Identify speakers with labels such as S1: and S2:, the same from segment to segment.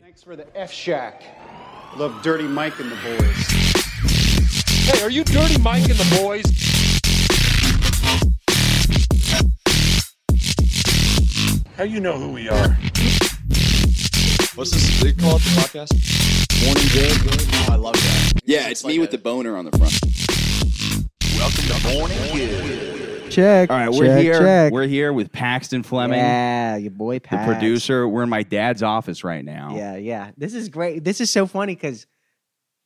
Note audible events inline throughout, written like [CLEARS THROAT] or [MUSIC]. S1: Thanks for the F Shack. Love Dirty Mike and the boys.
S2: Hey, are you Dirty Mike and the boys? How you know who we are?
S3: What's this? They call it the podcast?
S4: Morning Good. I love that.
S5: Yeah, it's me with the boner on the front.
S6: Check.
S5: All right, we're
S6: check,
S5: here.
S6: Check.
S5: We're here with Paxton Fleming,
S6: yeah, your boy
S5: the
S6: Pat.
S5: producer. We're in my dad's office right now.
S6: Yeah, yeah. This is great. This is so funny because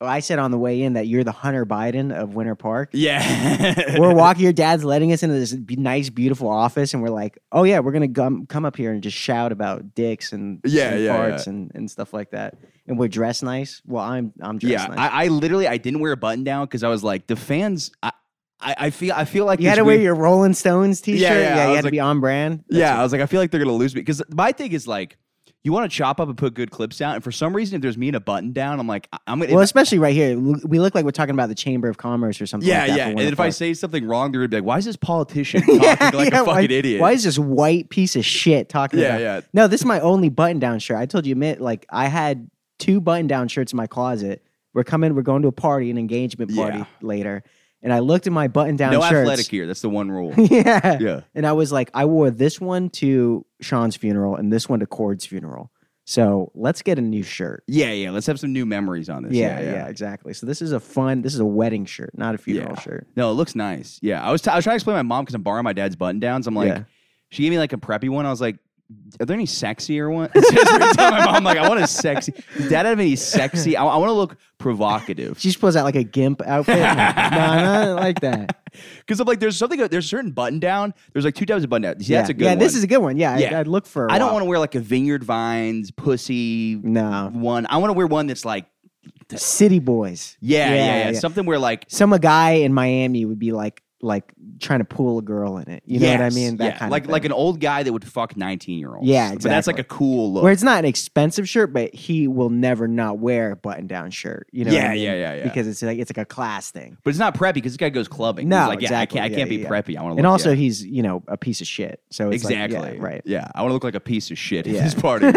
S6: I said on the way in that you're the Hunter Biden of Winter Park.
S5: Yeah. [LAUGHS]
S6: We're walking. Your dad's letting us into this be- nice, beautiful office, and we're like, "Oh yeah, we're gonna come come up here and just shout about dicks and
S5: Yeah,
S6: and
S5: yeah,
S6: farts and and stuff like that." And we're dressed nice. Well, I'm I'm dressed
S5: yeah.
S6: nice.
S5: I, I literally I didn't wear a button down because I was like the fans. I, I, I feel I feel like
S6: you had
S5: this
S6: to wear
S5: weird-
S6: your Rolling Stones T-shirt.
S5: yeah, I
S6: you
S5: was
S6: had to
S5: like-
S6: be on brand. That's
S5: [LAUGHS] yeah. I was like I feel like they're gonna lose me because my thing is like you want to chop up and put good clips down, and for some reason if there's me in a button down, I'm like I- I'm gonna.
S6: Well, especially right here, we we look like we're talking about the Chamber of Commerce or something.
S5: yeah,
S6: like that
S5: yeah.
S6: for
S5: And
S6: Winter
S5: if I
S6: Park.
S5: say something wrong, they're gonna be like, "Why is this
S6: [LAUGHS]
S5: politician talking like a fucking
S6: why,
S5: idiot?"
S6: Why is this white piece of shit talking
S5: Yeah,
S6: about?
S5: yeah.
S6: No, this is my only button down shirt. I told you, Mitt, like I had two button down shirts in my closet. We're coming, we're going to a party, an engagement party
S5: Yeah.
S6: later. And I looked at my button down
S5: no
S6: shirts. [LAUGHS]
S5: athletic gear? That's the one rule.
S6: yeah.
S5: yeah.
S6: And I was like, I wore this one to Sean's funeral and this one to Cord's funeral. So let's get a new shirt.
S5: Yeah, yeah. Let's have some new memories on this.
S6: Yeah, yeah, exactly. So this is a fun, this is a wedding shirt, not a funeral
S5: Yeah.
S6: shirt.
S5: No, it looks nice. Yeah, I was t- I was trying to explain to my mom because I'm borrowing my dad's button downs. I'm like,
S6: Yeah.
S5: she gave me like a preppy one. I was like, are there any sexier [LAUGHS] ones? Every time my mom like, I want a sexy. [LAUGHS] Does dad have any sexy? I, want to look
S6: [LAUGHS]
S5: provocative.
S6: She just pulls out like a gimp
S5: [LAUGHS]
S6: outfit. no, not like that.
S5: Because I'm like, there's something. There's a certain button down. There's like two types of button down. See,
S6: yeah.
S5: that's a good.
S6: Yeah,
S5: one.
S6: this is a good one. Yeah,
S5: Yeah.
S6: I, I'd look for. I
S5: I don't want to wear like a Vineyard Vines pussy
S6: to. No,
S5: one. I want to wear one that's like,
S6: City Boys.
S5: yeah, yeah, yeah,
S6: yeah.
S5: something where like.
S6: Some a guy in Miami would be like, like trying to pull a girl in it. You know what I
S5: yes,
S6: mean? That
S5: yeah,
S6: kind
S5: like
S6: of
S5: like
S6: thing.
S5: an old guy that would fuck 19 year olds.
S6: Yeah,
S5: But that's like a
S6: exactly.
S5: cool look.
S6: where it's not an expensive shirt, but he will never not wear a button down shirt. You know? what I
S5: Yeah,
S6: mean?
S5: yeah, yeah, yeah.
S6: Because it's like it's like a class thing.
S5: But it's not preppy because this guy goes clubbing. He's
S6: No,
S5: like, yeah,
S6: exactly.
S5: I can't, I
S6: Yeah,
S5: can't
S6: yeah, yeah.
S5: be preppy. I want to
S6: And also, he's you know a piece of shit. So it's like, yeah,
S5: exactly [LAUGHS]
S6: right.
S5: Yeah, I want to look like a piece of shit
S6: Yeah.
S5: at this party.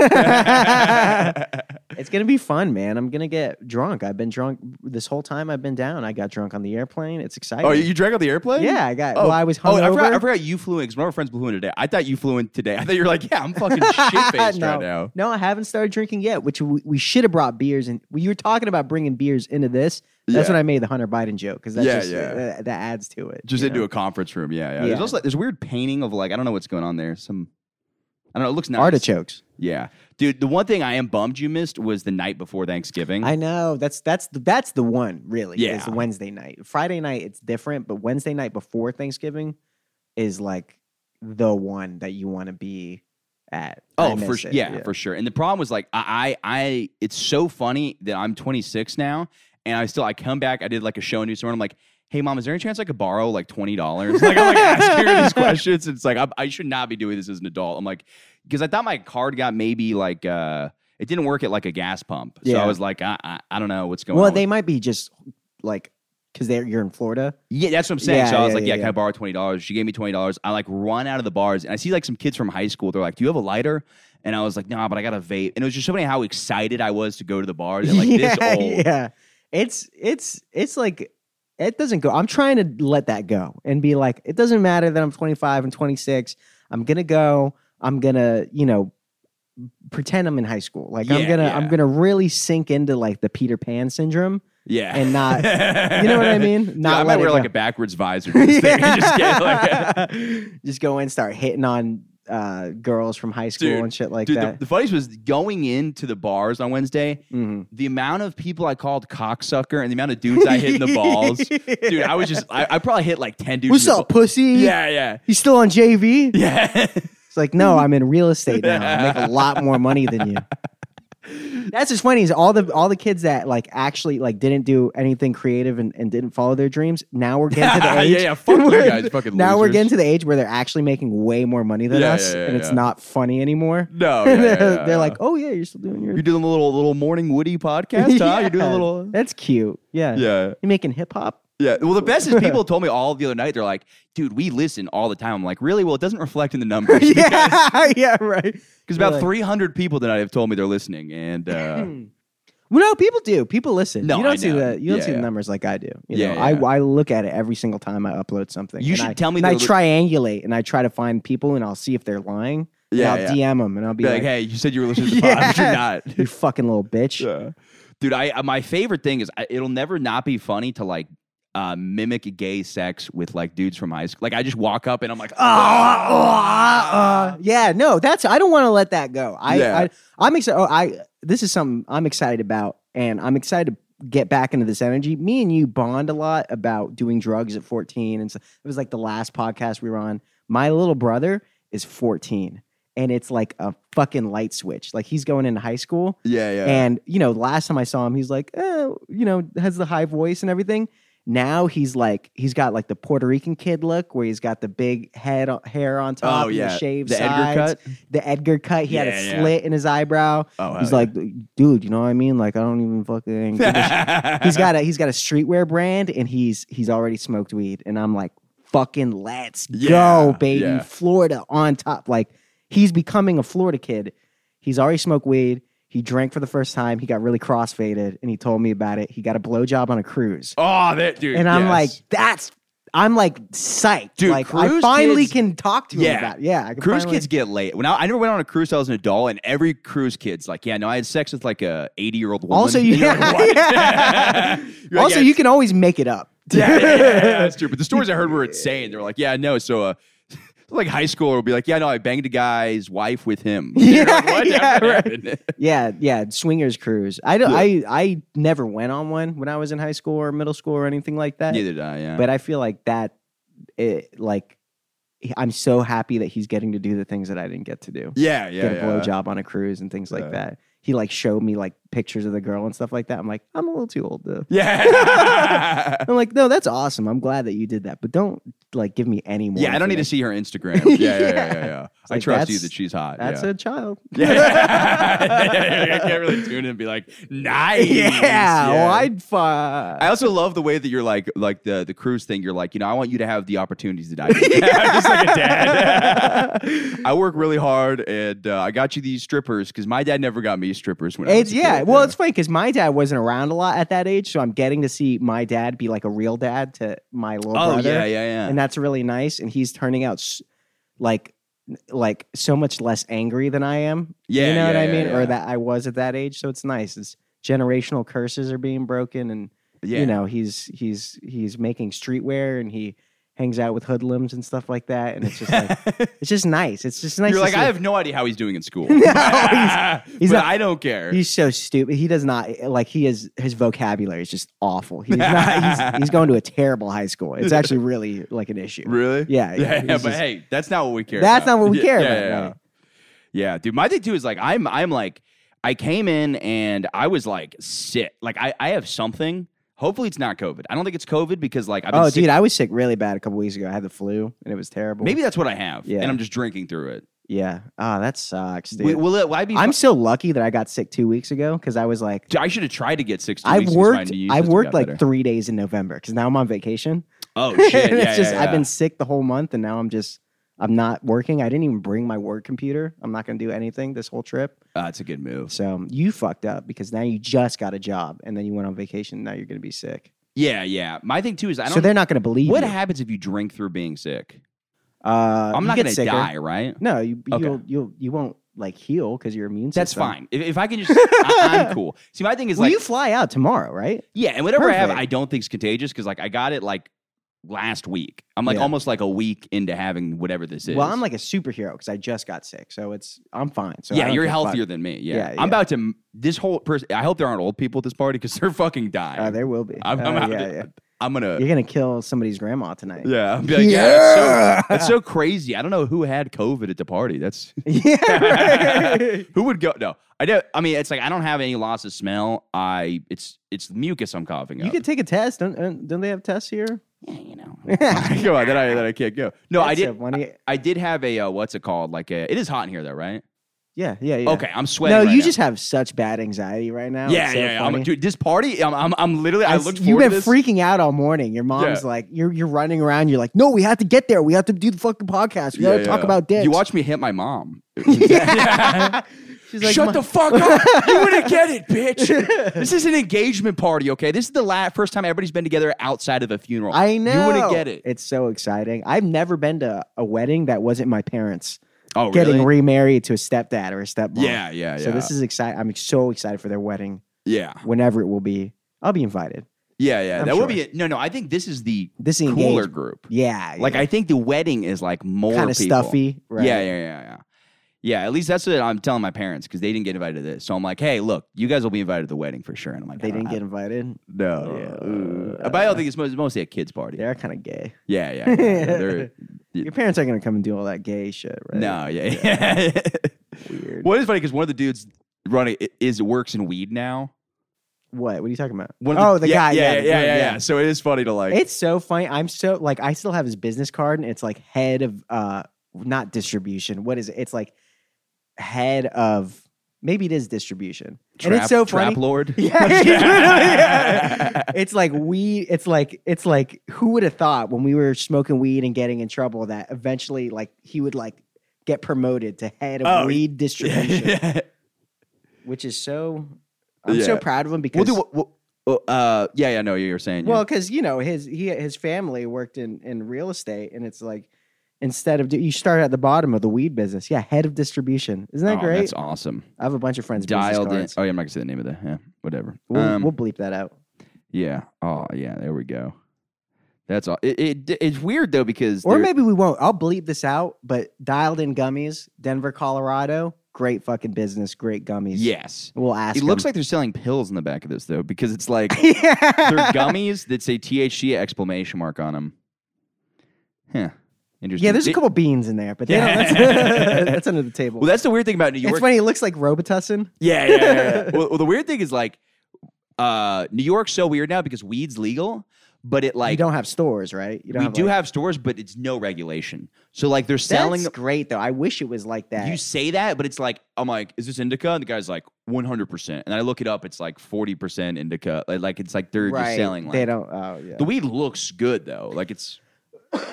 S6: [LAUGHS] It's gonna be fun, man. I'm gonna get drunk. I've been drunk this whole time. I've been down. I got drunk on the airplane. It's exciting.
S5: [LAUGHS] oh, you drank on the airplane?
S6: Yeah, I got- well, I was
S5: Oh, I forgot,
S6: hungover.
S5: I forgot you flew in because one of our friends flew in today. I thought you flew in today. I thought you were like, yeah, I'm
S6: [LAUGHS]
S5: fucking shit faced
S6: no,
S5: right now.
S6: no, I haven't started drinking yet. Which we, we should have brought beers. And we were talking about bringing beers into this. That's
S5: Yeah.
S6: when I made the Hunter Biden joke because that
S5: Yeah,
S6: just uh,
S5: yeah.
S6: That, that adds to it.
S5: Just
S6: you
S5: into
S6: know?
S5: a conference room. Yeah, yeah.
S6: Yeah.
S5: There's also like, there's weird painting of like I don't know what's going on there. Some I don't know. It looks nice.
S6: artichokes.
S5: Yeah, dude. The one thing I am bummed you missed was the night before Thanksgiving.
S6: I know that's that's the, that's the one really. is
S5: Yeah.
S6: Wednesday night. Friday night it's different, but Wednesday night before Thanksgiving is like the one that you want to be at. I
S5: Oh, for
S6: miss
S5: sure.
S6: it,
S5: Yeah, for sure. And the problem was like I, I, I- it's so funny that I'm 26 now, and I still I come back. I did like a show in New York. I'm like, hey mom, is there any chance I could borrow like twenty dollars? [LAUGHS] Like I'm like asking her these questions. It's like I, I should not be doing this as an adult. I'm like, because I thought my card got maybe like uh, it didn't work at like a gas pump. So
S6: Yeah.
S5: I was like, I, I, I don't know what's going
S6: Well,
S5: on.
S6: they might be just like because they're you're in Florida.
S5: Yeah, that's what I'm saying.
S6: Yeah,
S5: so I was
S6: yeah,
S5: like,
S6: yeah,
S5: yeah, can
S6: yeah.
S5: I borrow twenty dollars? She gave me twenty dollars. I like run out of the bars and I see like some kids from high school. They're like, Do you have a lighter? And I was like, nah, but I got a vape. And it was just so funny how excited I was to go to the bars and like
S6: [LAUGHS] yeah,
S5: this old.
S6: yeah. It's it's it's like it doesn't go. I'm trying to let that go and be like, it doesn't matter that I'm 25 and 26. I'm gonna go. I'm gonna you know pretend I'm in high school. Like I'm
S5: Yeah,
S6: gonna
S5: yeah.
S6: I'm gonna really sink into like the Peter
S5: [LAUGHS]
S6: Pan syndrome
S5: Yeah. [LAUGHS]
S6: and not. You know what I mean?
S5: Not I
S6: let
S5: might
S6: it
S5: wear
S6: go.
S5: like a backwards visor to this thing and just get
S6: [LAUGHS]
S5: like [LAUGHS]
S6: Just go in, start hitting on uh, girls from high school
S5: Dude,
S6: and shit like
S5: Dude, the,
S6: that.
S5: the funniest was going into the bars on Wednesday,
S6: Mhm.
S5: the amount of people I called cocksucker and the amount of dudes I hit in the
S6: [LAUGHS]
S5: balls. Dude, I was just I, I probably hit like ten dudes.
S6: What's
S5: in the
S6: up, pussy?
S5: ball- Yeah, yeah. [LAUGHS]
S6: You still on JV?
S5: Yeah.
S6: It's like, no,
S5: Mm-hmm.
S6: I'm in real estate now. I make
S5: [LAUGHS]
S6: a lot more money than you. That's what's funny is all the all the kids that like actually like didn't do anything creative and, and didn't follow their dreams. Now we're getting to
S5: [LAUGHS]
S6: the
S5: Yeah,
S6: age.
S5: yeah, fuck you
S6: where-
S5: guys, fucking
S6: Now we're
S5: losers.
S6: getting to the age where they're actually making way more money than
S5: Yeah,
S6: us,
S5: yeah, yeah,
S6: and it's
S5: yeah.
S6: not funny anymore.
S5: [LAUGHS] No. yeah, yeah, yeah,
S6: [LAUGHS] they're
S5: yeah.
S6: like, oh yeah, you're still doing your. [LAUGHS]
S5: You're doing a little little morning Woody podcast, huh? You're doing a
S6: Yeah,
S5: little
S6: That's cute. Yeah.
S5: yeah [LAUGHS]
S6: You making hip hop?
S5: Yeah. Well, the best is people told me all the other night, they're like, dude, we listen all the time. I'm like, really? Well, it doesn't reflect in the
S6: [LAUGHS]
S5: numbers. [LAUGHS] Because
S6: yeah, yeah, right.
S5: because about
S6: Really?
S5: 300 people tonight have told me they're listening. And
S6: [LAUGHS]
S5: uh,
S6: Hmm. Well, no, people do. People listen.
S5: No,
S6: you don't
S5: I
S6: see
S5: know.
S6: the you don't
S5: Yeah,
S6: see
S5: yeah.
S6: the numbers like I do. You
S5: Yeah,
S6: know, I,
S5: yeah.
S6: I look at it every single time I upload something.
S5: You
S6: and
S5: should
S6: I-
S5: tell me
S6: And
S5: the
S6: I
S5: li-
S6: triangulate and I try to find people and I'll see if they're lying.
S5: Yeah,
S6: and I'll DM them and I'll be
S5: be like,
S6: like,
S5: hey, you said you were listening to the pod, but you're
S6: Yeah.
S5: not.
S6: you fucking little bitch.
S5: Yeah. Dude, I uh, my favorite thing is I, it'll never not be funny to like uh, mimic gay sex with like dudes from high school. Like I just walk up and I'm like,
S6: Ah, [LAUGHS] ah, ah. yeah, no, that's I don't want to let that go. I,
S5: Yeah.
S6: I I'm excited. Oh, I this is something I'm excited about, and I'm excited to get back into this energy. Me and you bond a lot about doing drugs at 14, and so it was like the last podcast we were on. My little brother is 14, and it's like a fucking light switch. Like he's going into high school,
S5: yeah, yeah.
S6: and you know, last time I saw him, he's like, eh, you know, has the high voice and everything. Now he's like, he's got like the Puerto Rican kid look, where he's got the big head hair on top,
S5: Oh,
S6: and
S5: yeah.
S6: the shaved
S5: The Edgar
S6: sides,
S5: cut?
S6: the Edgar cut. He had
S5: Yeah,
S6: a
S5: yeah.
S6: slit in his eyebrow.
S5: Oh,
S6: he's
S5: hell
S6: like, dude, you know what I mean? Like, I don't even
S5: [LAUGHS]
S6: fucking. give a sh-" he's got a he's got a streetwear brand, and he's he's already smoked weed, and I'm like, fucking let's
S5: Yeah,
S6: go, baby,
S5: yeah.
S6: Florida on top. Like, he's becoming a Florida kid. He's already smoked weed. He drank for the first time. He got really crossfaded, and he told me about it. He got a blowjob on a cruise,
S5: Oh, that dude.
S6: and I'm
S5: yes.
S6: like, that's. I'm like psyched.
S5: Dude,
S6: like I
S5: cruise
S6: finally
S5: kids-
S6: can talk to him
S5: Yeah.
S6: about. It. Yeah, I can
S5: Cruise
S6: finally-
S5: kids get late. When I, I never went on a cruise, till I was an adult, and every cruise kid's like, "Yeah, no, I had sex with like a eighty year old woman." [LAUGHS]
S6: Also, you, [LAUGHS]
S5: You're like, "What?"
S6: yeah.
S5: You're like,
S6: also
S5: "Yeah,
S6: you can always make it up.
S5: [LAUGHS] yeah, yeah, yeah, that's true. But the stories I heard
S6: [LAUGHS]
S5: were insane. They're like, "Yeah, no." So, uh, [LAUGHS] like high schooler will be like, "Yeah, no, I banged a guy's wife with him." [LAUGHS] You're like,
S6: Yeah,
S5: "What?
S6: yeah, [LAUGHS]
S5: That
S6: right.
S5: happened." [LAUGHS]
S6: Yeah, yeah, swingers cruise. I don't. I I never went on one when I was in high school or middle school or anything like that.
S5: Neither did I. Yeah.
S6: But I feel like that, it, like, he- I'm so happy that he's getting to do the things that I didn't get to do.
S5: [LAUGHS] yeah, yeah,
S6: get a
S5: yeah.
S6: blowjob on a cruise and things
S5: Yeah.
S6: like that. He like showed me like pictures of the girl and stuff like that. I'm like, I'm a little too old though.
S5: [LAUGHS]
S6: [LAUGHS]
S5: Yeah.
S6: I'm like, no, that's awesome. I'm glad that you did that, but don't like give me any more.
S5: yeah, I don't need to
S6: information.
S5: see her
S6: [LAUGHS]
S5: Instagram. Yeah, yeah, yeah, yeah.
S6: Yeah.
S5: yeah, I
S6: like,
S5: trust you
S6: that's-
S5: that she's hot.
S6: That's
S5: yeah.
S6: a child.
S5: [LAUGHS]
S6: [LAUGHS]
S5: Yeah. I can't really tune in and be like, nice.
S6: yeah, well,
S5: I
S6: I'd fuck.
S5: I also love the way that you're like, like the the cruise thing. You're like, you know, I want you to have the opportunities that I
S6: [LAUGHS]
S5: did. I'm just like a dad. [LAUGHS] I work really hard, and uh, I got you these strippers because my dad never got me strippers when I
S6: It's
S5: was a
S6: yeah.
S5: kid.
S6: Well, it's funny because my dad wasn't around a lot at that age, so I'm getting to see my dad be like a real dad to my
S5: [LAUGHS]
S6: little
S5: oh
S6: brother,
S5: yeah, yeah, yeah.
S6: and that's really nice. And he's turning out s- like like so much less angry than I am.
S5: Yeah,
S6: you know what
S5: yeah,
S6: I
S5: yeah,
S6: mean,
S5: yeah.
S6: or that I was at that age. So it's nice. It's generational curses are being broken, and
S5: yeah.
S6: you know he's he's he's making streetwear and he hangs out with hoodlums and stuff like that. And it's
S5: [LAUGHS]
S6: just like it's just nice. It's just nice.
S5: you're
S6: to
S5: like,
S6: see
S5: I
S6: it.
S5: have no idea how he's doing in
S6: [LAUGHS]
S5: school. [LAUGHS]
S6: he's- he's
S5: but
S6: not-
S5: I don't care.
S6: He's so stupid. He does not like he is his vocabulary is just awful. He's not
S5: [LAUGHS]
S6: he's, he's going to a terrible high school. It's actually really like an issue.
S5: Really?
S6: Yeah,
S5: Yeah.
S6: yeah,
S5: yeah,
S6: he's
S5: but
S6: just-
S5: hey, that's not what we care.
S6: That's
S5: about.
S6: not what we
S5: Yeah,
S6: care
S5: yeah,
S6: about,
S5: Yeah,
S6: right.
S5: yeah, dude. My thing too is like I'm I'm like I came in and I was like sick. Like I I have something. Hopefully it's not COVID. I don't think it's COVID because like I've been
S6: Oh
S5: sick.
S6: dude, I was sick really bad a couple weeks ago. I had the flu and it was terrible.
S5: Maybe that's what I have,
S6: Yeah.
S5: and I'm just drinking through it.
S6: yeah. Oh, that sucks, dude.
S5: Wi- Will it? Will I be?
S6: I'm so lucky that I got sick two weeks ago because I was like
S5: Dude, I should have tried to get six. two
S6: I've
S5: weeks because my
S6: worked
S5: knee
S6: I've
S5: system
S6: worked
S5: got
S6: like
S5: better.
S6: three days in November because now I'm on vacation.
S5: Oh
S6: [LAUGHS]
S5: shit!
S6: and
S5: yeah,
S6: it's just
S5: yeah,
S6: I've
S5: yeah.
S6: been sick the whole month and now I'm just I'm not working. I didn't even bring my work computer. I'm not gonna do anything this whole trip.
S5: Ah, it's a good move.
S6: So um, you fucked up because now you just got a job and then you went on vacation. And now you're going to be sick.
S5: Yeah, yeah. My thing too is I don't.
S6: So they're not going to believe
S5: what
S6: you.
S5: happens if you drink through being sick?
S6: uh,
S5: I'm
S6: you
S5: not
S6: get
S5: gonna
S6: sicker.
S5: die, right?
S6: No, you
S5: Okay.
S6: you'll, you'll you won't like heal because your immune
S5: That's
S6: system.
S5: fine. If, if I can just, I,
S6: [LAUGHS]
S5: am cool. See, my thing is
S6: Well,
S5: like,
S6: you fly out tomorrow, right?
S5: yeah, and whatever I have,
S6: perfect.
S5: I don't think is contagious because like I got it like last week. I'm like
S6: Yeah.
S5: almost like a week into having whatever this is.
S6: Well, I'm like a superhero because I just got sick, so it's I'm fine. So I
S5: yeah,
S6: don't
S5: you're
S6: give a fuck.
S5: healthier than me. Yeah,
S6: Yeah,
S5: I'm
S6: yeah.
S5: about to. m- This whole person. I hope there aren't old people at this party because [LAUGHS] they're fucking dying.
S6: Uh, there will be.
S5: I'm,
S6: Uh,
S5: I'm out
S6: yeah,
S5: to-
S6: yeah.
S5: I'm gonna.
S6: You're gonna kill somebody's grandma tonight. [LAUGHS]
S5: Yeah, I'm be like, yeah, That's, so, that's so crazy. I don't know who had COVID at the party.
S6: [LAUGHS]
S5: That's [LAUGHS]
S6: yeah right.
S5: who would go. No, I don't. I mean, it's like I don't have any loss of smell. I it's it's mucus I'm coughing up.
S6: you could take a test. Don't don't don't they have tests here?
S5: yeah, you know. [LAUGHS] Come on, then I then I can't go. No, I
S6: That's
S5: did.
S6: so funny.
S5: I did have a uh, what's it called? Like a, it is hot in here though, right?
S6: Yeah, yeah, yeah.
S5: Okay, I'm sweating.
S6: No,
S5: right
S6: you
S5: now.
S6: just have such bad anxiety right now.
S5: Yeah,
S6: It's so
S5: yeah, yeah. I'm-
S6: funny.
S5: dude, this party, I'm, I'm, I'm literally. I,
S6: I s-
S5: looked
S6: You've
S5: forward to
S6: been
S5: this.
S6: freaking out all morning. Your mom's
S5: Yeah.
S6: like, you're you're running around. You're like, no, we have to get there. We have to do the fucking podcast. We got
S5: Yeah,
S6: to talk
S5: yeah.
S6: about dicks.
S5: You watched me hit my
S6: [LAUGHS]
S5: mom.
S6: She's like,
S5: Shut
S6: "Ma-
S5: the fuck up! You
S6: [LAUGHS]
S5: wouldn't get it, bitch. This is an engagement party, okay? This is the la- first time everybody's been together outside of a funeral.
S6: I know.
S5: You wouldn't get it.
S6: It's so exciting. I've never been to a wedding that wasn't my parents
S5: oh,
S6: getting
S5: really?
S6: remarried to a stepdad or a stepmom.
S5: yeah, yeah, yeah.
S6: So this is exciting. I'm so excited for their wedding
S5: yeah,
S6: whenever it will be. I'll be invited.
S5: yeah, yeah.
S6: I'm
S5: that
S6: sure.
S5: would be it. No, no. I think this is the
S6: This is
S5: cooler
S6: engagement.
S5: group.
S6: Yeah.
S5: Like I think the wedding is like more
S6: kind of
S5: people.
S6: stuffy. Right.
S5: Yeah, yeah, yeah, yeah. Yeah, at least that's what I'm telling my parents because they didn't get invited to this. So I'm like, hey, look, you guys will be invited to the wedding for sure. And I'm like, "Uh,
S6: They
S5: I don't-
S6: didn't get invited.
S5: No,
S6: Yeah,
S5: yeah.
S6: uh,
S5: but I don't think it's mostly, mostly a kids' party. Yeah,
S6: They're kind of gay.
S5: yeah, yeah. yeah. They're-
S6: Your parents aren't gonna come and do all that gay shit, [LAUGHS] right?
S5: no, yeah, yeah.
S6: [LAUGHS] Weird.
S5: what is funny because one of the dudes running i- is works in weed now.
S6: What? What are you talking about?
S5: One of
S6: oh, the
S5: yeah,
S6: guy.
S5: yeah, yeah,
S6: the
S5: yeah,
S6: dude,
S5: yeah, yeah. So it is funny to like,
S6: It's so funny. I'm so like I still have his business card, and it's like head of uh not distribution. What is it? It's like head of maybe it is distribution,
S5: trap,
S6: and it's so
S5: trap
S6: funny.
S5: lord.
S6: Yeah,
S5: [LAUGHS]
S6: [LAUGHS] it really- yeah. It's like we. It's like it's like who would have thought when we were smoking weed and getting in trouble that eventually like he would like get promoted to head of
S5: Oh, [LAUGHS]
S6: weed distribution,
S5: Yeah.
S6: which is so. I'm so
S5: Yeah.
S6: proud of him because
S5: We'll do what, what- uh, yeah, yeah, no, you're saying. yeah.
S6: Well, because you know his he his family worked in in real estate, and it's like instead of you start at the bottom of the weed business, yeah, head of distribution. Isn't that
S5: Oh,
S6: great?
S5: That's awesome.
S6: I have a bunch of friends business
S5: Dialed in.
S6: cards.
S5: Oh, yeah, I'm not gonna say the name of the. Yeah, whatever.
S6: We'll,
S5: Um,
S6: we'll bleep that out.
S5: yeah. Oh, yeah. There we go. That's all. It, it it's weird though because
S6: Or
S5: there-
S6: maybe we won't. I'll bleep this out. But dialed in gummies, Denver, Colorado, great fucking business, great gummies.
S5: yes,
S6: we'll ask.
S5: it looks like they're selling pills in the back of this though because it's
S6: [LAUGHS]
S5: like
S6: like
S5: they're gummies that say THC exclamation mark on them. Huh. Interesting.
S6: Yeah, there's a
S5: They-
S6: couple beans in there, but they
S5: Yeah.
S6: don't, that's, [LAUGHS] that's under the table.
S5: Well, that's the weird thing about New York.
S6: it's funny. It looks like Robitussin.
S5: [LAUGHS] Yeah, yeah, yeah. yeah.
S6: [LAUGHS]
S5: well, well, the weird thing is like uh, New York's so weird now because weed's legal, but it
S6: you
S5: like
S6: don't have stores, right? You don't
S5: we
S6: have,
S5: do
S6: like-
S5: have stores, but it's no regulation. So like they're selling.
S6: That's great though. I wish it was like that.
S5: You say that, but it's like I'm like, is this indica? And the guy's like, 100. percent And I look it up, it's like 40 percent indica. Like, like it's like they're just selling. Like,
S6: They don't. Oh yeah.
S5: The weed looks good though. Like it's
S6: [LAUGHS]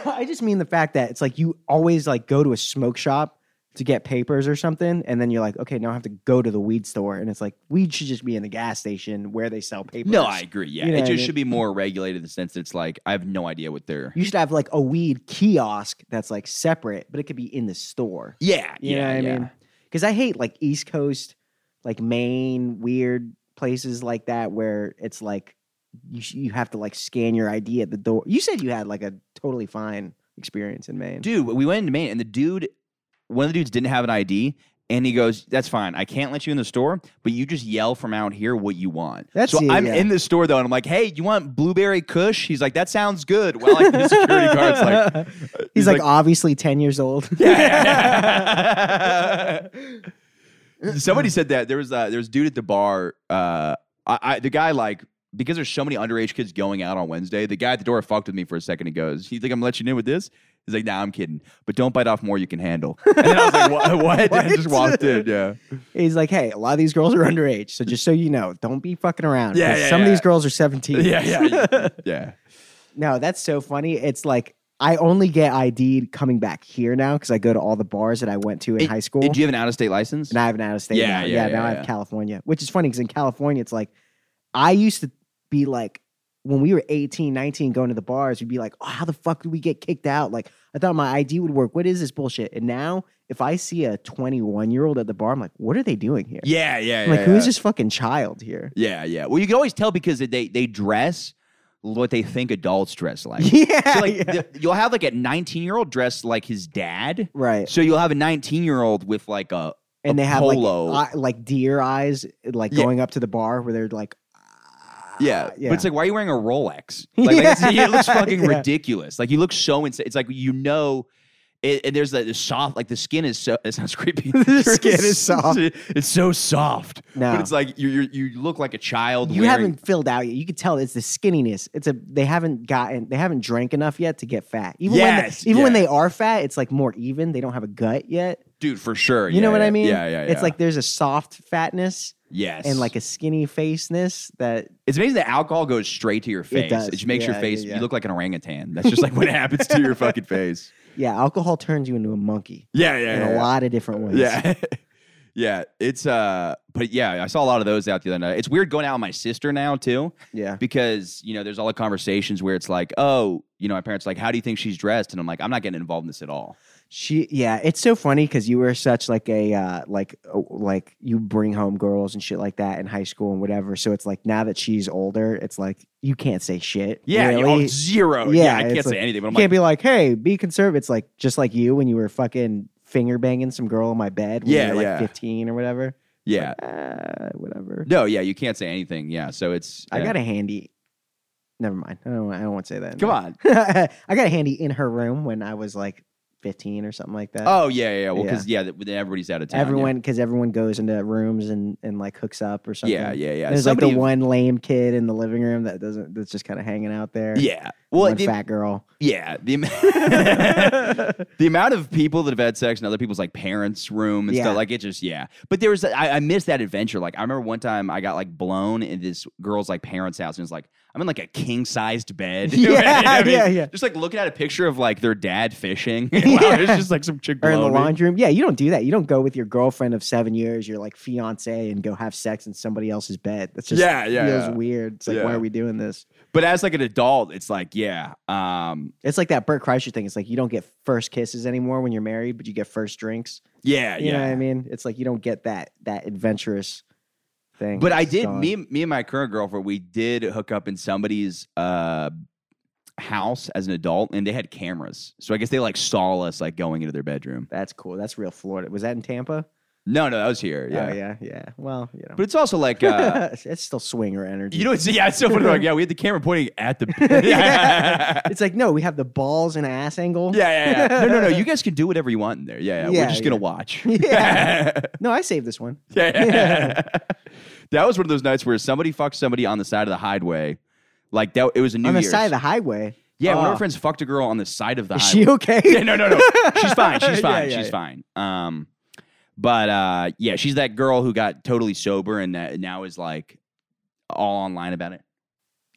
S6: I just mean the fact that it's like you always like go to a smoke shop to get papers or something, and then you're like, okay, now I have to go to the weed store, and it's like weed should just be in the gas station where they sell papers.
S5: no, I agree. Yeah,
S6: You know
S5: it
S6: what I
S5: just
S6: mean?
S5: should be more regulated in the sense that it's like I have no idea what they're.
S6: You should have like a weed kiosk that's like separate, but it could be in the store.
S5: Yeah, yeah,
S6: You know what
S5: yeah.
S6: I mean? Because I hate like East Coast, like Maine, weird places like that where it's like you sh- you have to like scan your ID at the door. You said you had like a totally fine experience in Maine.
S5: Dude, we went into Maine and the dude, one of the dudes didn't have an ID. And he goes, "That's fine. I can't let you in the store, but you just yell from out here what you want."
S6: That's
S5: so
S6: it,
S5: I'm
S6: yeah.
S5: in the store though, and I'm like, "Hey, you want blueberry Kush?" He's like, "That sounds good." Well, like the security [LAUGHS] guard's like,
S6: [LAUGHS] he's, like, obviously ten years old. [LAUGHS]
S5: Yeah. [LAUGHS] Somebody said that there was uh, there was a dude at the bar. Uh, I, I the guy like because there's so many underage kids going out on Wednesday. The guy at the door fucked with me for a second. He goes, "You think I'm gonna let you in with this?" He's like, "Nah, I'm kidding, but don't bite off more you can
S6: [LAUGHS]
S5: handle." And then I was like, [LAUGHS] "What?" what? And just walked in. Yeah,
S6: he's like, hey, a lot of these girls are underage, so just so you know, don't be fucking around.
S5: Yeah,
S6: 'cause
S5: yeah,
S6: some of
S5: yeah.
S6: these girls are seventeen.
S5: [LAUGHS] yeah,
S6: [LAUGHS]
S5: yeah, yeah.
S6: No, that's so funny. It's like I only get ID'd coming back here now because I go to all the bars that I went to in
S5: Did-
S6: high school.
S5: Did you have an out of state license?
S6: and I have an out of state.
S5: Yeah,
S6: now.
S5: yeah, yeah,
S6: now I
S5: yeah.
S6: have California, which is funny because in California, it's like I used to be like when we were 18, 19 going to the bars, we'd be like, oh, how the fuck did we get kicked out? Like, I thought my ID would work. What is this bullshit? And now, if I see a 21 year old at the bar, I'm like, what are they doing here?
S5: Yeah, yeah,
S6: I'm
S5: yeah.
S6: like,
S5: yeah.
S6: who's this fucking child here?
S5: Yeah, yeah. Well, you can always tell because they they dress what they think adults dress like.
S6: [LAUGHS] Yeah.
S5: So like
S6: yeah.
S5: the- you'll have like a 19 year old dressed like his dad.
S6: right.
S5: So you'll have a 19 year old with like a
S6: And they have
S5: polo.
S6: like, eye- like deer eyes, like
S5: Yeah.
S6: going up to the bar where they're like, "Ah,"
S5: But it's like why are you wearing a
S6: [LAUGHS]
S5: Rolex?
S6: Yeah.
S5: Like, like, it's- it looks fucking
S6: Yeah.
S5: ridiculous. Like you look so insane. It's like you know. It, and there's like the soft, like the skin is so. It sounds creepy.
S6: [LAUGHS] The skin is soft.
S5: It's so soft,
S6: No.
S5: but it's like you you you look like a child.
S6: You
S5: wearing,
S6: haven't filled out yet. You can tell it's the skinniness. It's a they haven't gotten they haven't drank enough yet to get fat. Even when
S5: Yes,
S6: they, even when
S5: yeah.
S6: they are fat, it's like more even. They don't have a gut yet.
S5: dude, for sure.
S6: You know
S5: Yeah,
S6: what
S5: yeah,
S6: I mean?
S5: Yeah, yeah, yeah.
S6: It's like there's a soft fatness
S5: yes,
S6: and like a skinny faceness that
S5: it's amazing that alcohol goes straight to your face. It,
S6: does.
S5: just makes
S6: Yeah,
S5: your face.
S6: yeah, yeah.
S5: You look like an orangutan. That's just like what [LAUGHS] happens to your
S6: [LAUGHS]
S5: fucking face.
S6: yeah, alcohol turns you into a monkey
S5: Yeah, yeah,
S6: in
S5: yeah,
S6: a
S5: yeah.
S6: lot of different ways.
S5: Yeah. [LAUGHS] yeah. It's uh but yeah, I saw a lot of those out the other night. It's weird going out with my sister now too,
S6: Yeah.
S5: because you know, there's all the conversations where it's like, oh, you know, my parents are like, how do you think she's dressed? And I'm like, I'm not getting involved in this at all.
S6: She yeah, it's so funny because you were such like a uh, like uh, like you bring home girls and shit like that in high school and whatever. So it's like now that she's older, it's like you can't say shit.
S5: Yeah,
S6: really.
S5: you- oh, zero.
S6: Yeah,
S5: Yeah, I
S6: it's
S5: can't
S6: like-
S5: say anything, but
S6: you
S5: I'm
S6: can't
S5: like,
S6: be like, hey, be conservative. It's like just like you when you were fucking finger banging some girl in my bed when
S5: Yeah,
S6: you were like
S5: yeah.
S6: 15 or whatever.
S5: yeah.
S6: Uh, whatever.
S5: No, yeah, you can't say anything. Yeah. So it's
S6: I
S5: yeah.
S6: got a handy. Never mind. I don't. I don't want to say that.
S5: come on.
S6: [LAUGHS] I got a handy in her room when I was like 15 or something like that.
S5: Oh yeah, yeah, yeah. Well,
S6: Yeah.
S5: because yeah, th- then everybody's out of town. yeah.
S6: everyone because everyone goes into rooms and and like hooks up or something.
S5: Yeah, yeah, yeah.
S6: There's like
S5: Somebody-
S6: the one lame kid in the living room that doesn't that's just kind of hanging out there.
S5: Yeah. Well,
S6: one
S5: it-
S6: fat girl.
S5: yeah. The,
S6: [LAUGHS]
S5: am- [LAUGHS] the amount of people that have had sex in other people's like parents' room and
S6: Yeah.
S5: stuff, like it just, yeah. But there was, I, I missed that adventure. Like, I remember one time I got like blown in this girl's like parents' house and it's like, I'm in like a king sized bed. [LAUGHS] You know what
S6: Yeah, yeah, yeah.
S5: Just like looking at a picture of like their dad
S6: [LAUGHS]
S5: fishing. [LAUGHS] wow, it's
S6: Yeah.
S5: just like some chick
S6: Or in the
S5: blowing me.
S6: laundry room. Yeah, you don't do that. You don't go with your girlfriend of seven years, your like fiance, and go have sex in somebody else's bed. That's just
S5: Yeah, yeah,
S6: feels
S5: yeah.
S6: weird. It's like, why
S5: Yeah.
S6: are we doing this?
S5: But as like an adult, it's like, yeah. Um,
S6: It's like that Bert Kreischer thing. It's like you don't get first kisses anymore when you're married, but you get first drinks.
S5: yeah,
S6: You
S5: yeah.
S6: know what I mean? It's like you don't get that that adventurous thing.
S5: But I
S6: It's
S5: did
S6: gone.
S5: me me and my current girlfriend we did hook up in somebody's uh house as an adult and they had cameras. So I guess they like saw us like going into their bedroom.
S6: That's cool. That's real Florida. Was that in Tampa?
S5: No, no, that was here. Yeah.
S6: Oh, yeah, yeah. Well, you know.
S5: But it's also like
S6: [LAUGHS]
S5: uh
S6: it's still swinger energy.
S5: you know it's yeah, it's so funny like yeah, we had the camera pointing
S6: [LAUGHS]
S5: at the Yeah. yeah.
S6: it's like, no, we have the balls and ass angle.
S5: [LAUGHS] Yeah, yeah. No, no, no. You guys can do whatever you want in there. Yeah, yeah.
S6: Yeah,
S5: We're just
S6: yeah.
S5: gonna watch.
S6: [LAUGHS] Yeah. No, I saved this one.
S5: [LAUGHS] Yeah. that was one of those nights where somebody fucked somebody on the side of the highway. Like that it was a New
S6: On the
S5: Year's.
S6: side of the highway.
S5: yeah, one of
S6: Oh.
S5: our friends fucked a girl on the side of the
S6: Is
S5: highway.
S6: she okay?
S5: [LAUGHS] yeah, no, no, no. She's fine.
S6: [LAUGHS] Yeah,
S5: She's fine.
S6: yeah,
S5: she's
S6: yeah.
S5: fine. Um, but uh, yeah, she's that girl who got totally sober and that now is like all online about it.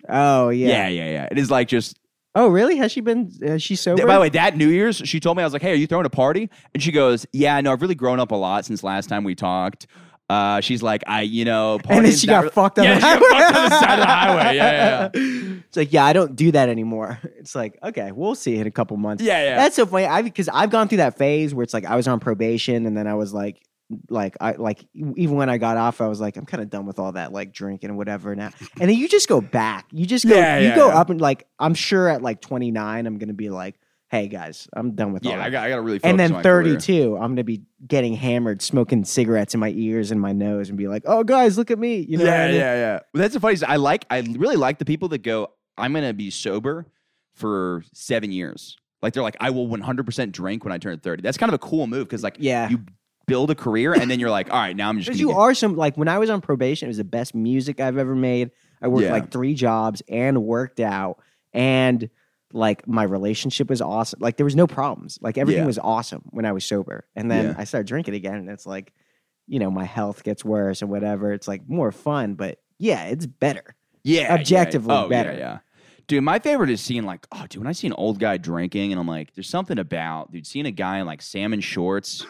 S6: Oh,
S5: Yeah,
S6: yeah.
S5: yeah, yeah. It is like just.
S6: Oh, really? Has she been, has she sober?
S5: By the way, that New Year's, she told me I was like, "Hey, are you throwing a party?" And she goes, "Yeah, no, I've really grown up a lot since last time we talked." Uh, she's like, "I, you know,"
S6: and then
S5: partying's
S6: she
S5: not
S6: got
S5: really-
S6: fucked on
S5: Yeah,
S6: the
S5: she got
S6: highway.
S5: fucked on the side of the highway. Yeah, yeah,
S6: [LAUGHS] It's like, yeah, I don't do that anymore. [LAUGHS] It's like, okay, we'll see in a couple months.
S5: yeah, yeah.
S6: That's so funny. I because I've gone through that phase where it's like I was on probation and then I was like like I like e-, even when I got off, I was like, I'm kind of done with all that like drinking and whatever now. And then you just go back. You just go
S5: Yeah,
S6: you
S5: yeah,
S6: go
S5: yeah.
S6: up and like I'm sure at like 29, I'm gonna be like, hey guys, I'm done with all
S5: yeah,
S6: that.
S5: I got, I got to really. Focus
S6: and
S5: on
S6: then
S5: my career.
S6: 32, I'm gonna be getting hammered, smoking cigarettes in my ears and my nose, and be like, "Oh, guys, look at me!" You know, what
S5: yeah,
S6: I mean?
S5: yeah, yeah. Well, that's the funny. Is I like. I really like the people that go. I'm gonna be sober for seven years. Like they're like, I will 100 percent drink when I turn 30. That's kind of a cool move because like,
S6: Yeah.
S5: you build a career and then you're like, all right, now I'm just.
S6: Because
S5: Gonna
S6: you
S5: get-
S6: are some like when I was on probation, it was the best music I've ever made. I worked
S5: Yeah.
S6: like three jobs and worked out, and like my relationship was awesome. Like there was no problems. Like everything
S5: Yeah.
S6: was awesome when I was sober, and then
S5: Yeah.
S6: I started drinking again, and it's like, you know, my health gets worse and whatever. It's like more fun, but yeah, it's better.
S5: yeah, yeah.
S6: objectively
S5: Oh, yeah,
S6: better.
S5: Yeah, Dude, my favorite is seeing like, oh, dude, when I see an old guy drinking, and I'm like, there's something about dude seeing a guy in like salmon shorts,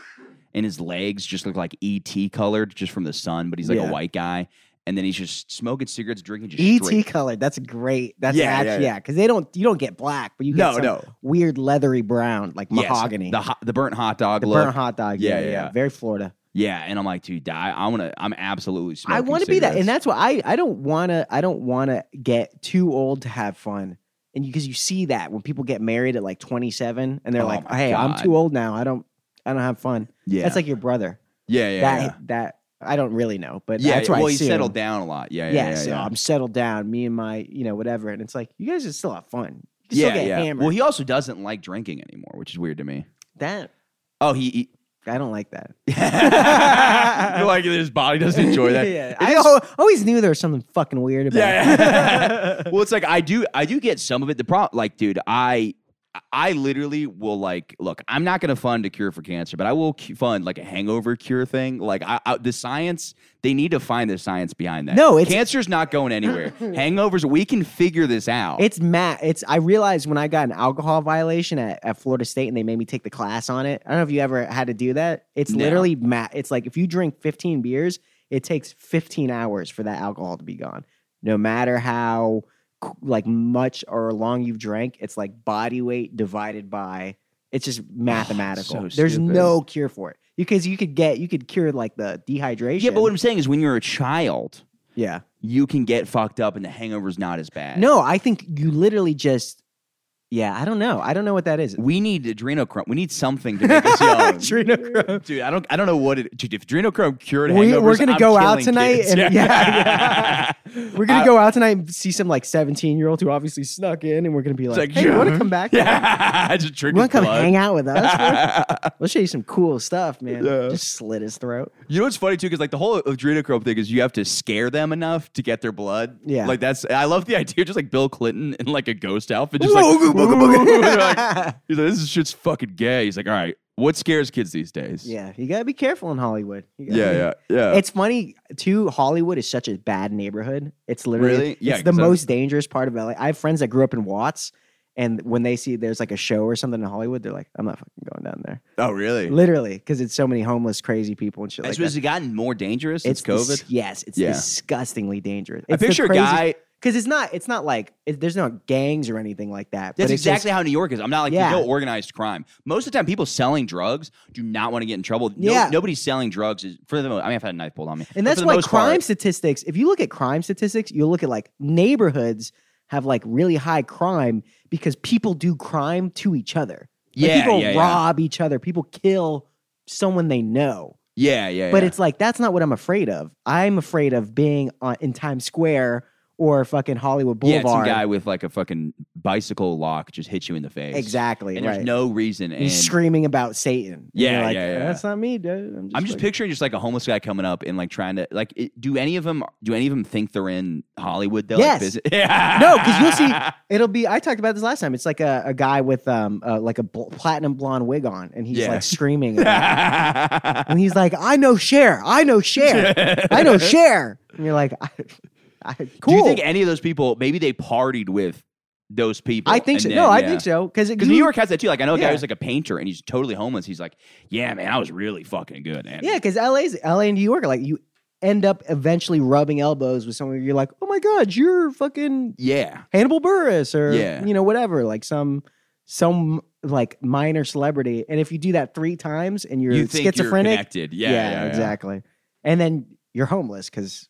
S5: and his legs just look like ET colored just from the sun, but he's like
S6: Yeah.
S5: a white guy, and then he's just smoking cigarettes, drinking just
S6: ET
S5: straight-
S6: colored. E That's great. That's
S5: Yeah,
S6: yeah,
S5: yeah,
S6: yeah.
S5: yeah.
S6: Because they don't you don't get black, but you get
S5: No,
S6: some
S5: no.
S6: weird leathery brown like
S5: Yes,
S6: mahogany.
S5: the hot, the burnt hot dog
S6: the
S5: look.
S6: burnt hot dog.
S5: Yeah,
S6: yeah,
S5: yeah,
S6: yeah.
S5: yeah.
S6: Very Florida.
S5: Yeah, and I'm like, dude, I, I want to. I'm absolutely. Smoking
S6: I want to be that, and
S5: cigarettes.
S6: that's why I I don't want to I don't want to get too old to have fun, and because you, see that when people get married at like twenty seven, and they're
S5: Oh
S6: like,
S5: my
S6: "Hey, I'm
S5: God.
S6: too old now. I don't I don't have fun."
S5: yeah,
S6: That's like your brother.
S5: yeah, yeah,
S6: that
S5: yeah.
S6: that I don't really know, but
S5: yeah
S6: that's why
S5: well,
S6: I
S5: he
S6: assume.
S5: settled down a lot. Yeah,
S6: Yeah,
S5: yeah, yeah.
S6: so
S5: yeah.
S6: I'm settled down. Me and my you know whatever, and it's like you guys just still have fun. You can
S5: yeah,
S6: still get
S5: yeah.
S6: hammered.
S5: Well, he also doesn't like drinking anymore, which is weird to me.
S6: that
S5: Oh, he, [LAUGHS]
S6: I don't like that.
S5: he like his body doesn't enjoy that.
S6: [LAUGHS] yeah, I al- always knew there was something fucking [LAUGHS] weird about. it.
S5: Yeah. well, it's like I do I do get some of it. The problem like, dude, I I literally will like look. I'm not going to fund a cure for cancer, but I will cu- fund like a hangover cure thing. Like I, I, the science, they need to find the science behind that.
S6: No, it's-
S5: cancer's not going
S6: [LAUGHS]
S5: anywhere. Hangovers, we can figure this out.
S6: It's Matt. It's I realized when I got an alcohol violation at, at Florida State and they made me take the class on it. I don't know if you ever had to do that. It's
S5: No.
S6: literally Matt. It's like if you drink 15 beers, it takes 15 hours for that alcohol to be gone. No matter how c- like much or long you've drank, it's like body weight divided by.
S5: [SIGHS]
S6: It's just mathematical. There's
S5: stupid.
S6: no cure for it because you could get you could cure like the dehydration.
S5: yeah, but what I'm saying is, when you're a child,
S6: yeah.
S5: you can get fucked up, and the hangover's not as bad.
S6: No, I think you literally just. Yeah, I don't know. I don't know what
S5: [LAUGHS]
S6: that is.
S5: we need adrenochrome. We need something to make us
S6: [LAUGHS]
S5: young.
S6: Adrenochrome.
S5: Dude, I don't, I don't know what it. Dude, if adrenochrome cured
S6: We,
S5: hangovers,
S6: we're gonna
S5: I'm
S6: go out
S5: killing
S6: tonight,
S5: kids. [LAUGHS] Uh,
S6: and yeah, yeah. we're gonna
S5: I-
S6: go out tonight and see some like seventeen-year-old who obviously snuck in, and we're gonna be like,
S5: like,
S6: "Hey, you want to
S5: yeah.
S6: come
S5: [LAUGHS]
S6: back?
S5: yeah, just drink
S6: You want to come
S5: blood.
S6: hang out with us?
S5: [LAUGHS]
S6: bro? we'll show you some cool stuff, man.
S5: Yeah.
S6: Just slit his
S5: [LAUGHS]
S6: throat.
S5: You know what's funny too, because like the whole adrenochrome thing is you have to scare them enough to get their blood.
S6: Yeah.
S5: like that's I love the [LAUGHS] idea, just like Bill Clinton in like a ghost outfit, just like,
S6: Ooh,
S5: booga, booga,
S6: ooh.
S5: booga. [LAUGHS] Like, he's like, this is shit's fucking gay. He's like, all right, what scares kids these days?
S6: yeah, you gotta be careful in Hollywood. You gotta
S5: yeah,
S6: be-
S5: yeah, yeah.
S6: It's funny too. Hollywood is such a bad neighborhood. It's literally
S5: Really? Yeah,
S6: it's the
S5: 'cause I-
S6: most dangerous part of LA. I have friends that grew up in Watts, and when they see there's like a show or something in Hollywood, they're like, "I'm not fucking going down there."
S5: oh, really?
S6: Literally, because it's so many homeless, crazy people and shit
S5: I
S6: like
S5: suppose
S6: that.
S5: it gotten more dangerous since
S6: It's
S5: COVID.
S6: dis- yes, it's
S5: Yeah.
S6: disgustingly dangerous.
S5: I
S6: It's the
S5: picture
S6: crazy-
S5: a guy.
S6: because it's not. It's not like it, there's no gangs or anything like
S5: That's
S6: that. but it's just-
S5: exactly how New York is. I'm not like
S6: Yeah.
S5: there's no organized crime. Most of the time, people selling drugs do not want to get in trouble. No,
S6: Yeah.
S5: nobody's selling drugs is for the most. I mean, I've had a knife pulled on me,
S6: And
S5: But
S6: that's
S5: for the
S6: why
S5: most
S6: crime
S5: part-
S6: statistics, if you look at crime statistics, you'll look at like neighborhoods have like really high crime because people do crime to each other. Like,
S5: Yeah,
S6: people
S5: yeah, yeah.
S6: rob each other, people kill someone they know.
S5: Yeah, yeah.
S6: But
S5: yeah.
S6: it's like that's not what I'm afraid of. I'm afraid of being on, in Times Square or fucking Hollywood
S5: Yeah, some
S6: Boulevard.
S5: guy with like a fucking bicycle lock just hit you in the face.
S6: exactly,
S5: And there's
S6: right.
S5: no reason. And
S6: He's screaming about Satan. And you're
S5: Yeah,
S6: like,
S5: yeah, yeah.
S6: That's not me, dude. I'm just,
S5: I'm just
S6: like-
S5: picturing just like a homeless guy coming up and like trying to like. It, do any of them? Do any of them think they're in Hollywood? Though,
S6: Yes.
S5: Like, visit? [LAUGHS] Yeah.
S6: No, because
S5: [LAUGHS]
S6: you'll see, it'll be. I talked about this last time. It's like a, a guy with um uh, like a bl- platinum blonde wig on, and he's
S5: Yeah.
S6: like
S5: [LAUGHS]
S6: screaming, about it. and he's like, "I know Cher, I know Cher, I know Cher," and you're like, I, I,
S5: Do you
S6: "Cool."
S5: think any of those people? Maybe they partied with those people.
S6: I think
S5: and
S6: so.
S5: then-
S6: no, I
S5: yeah.
S6: think so because
S5: Because New York has that too. Like I know a guy
S6: Yeah.
S5: who's like a painter and he's totally homeless. He's like, yeah, man, I was really fucking good. Man.
S6: yeah, because LA's LA and New York are like you end up eventually rubbing elbows with someone. Where you're like, "Oh my God, you're fucking
S5: yeah,
S6: Hannibal Burris or
S5: Yeah.
S6: you know whatever like some some like minor celebrity and if you do that 3 times and you're
S5: you think You're
S6: schizophrenic
S5: connected. Yeah, yeah, yeah.
S6: exactly and then you're homeless cuz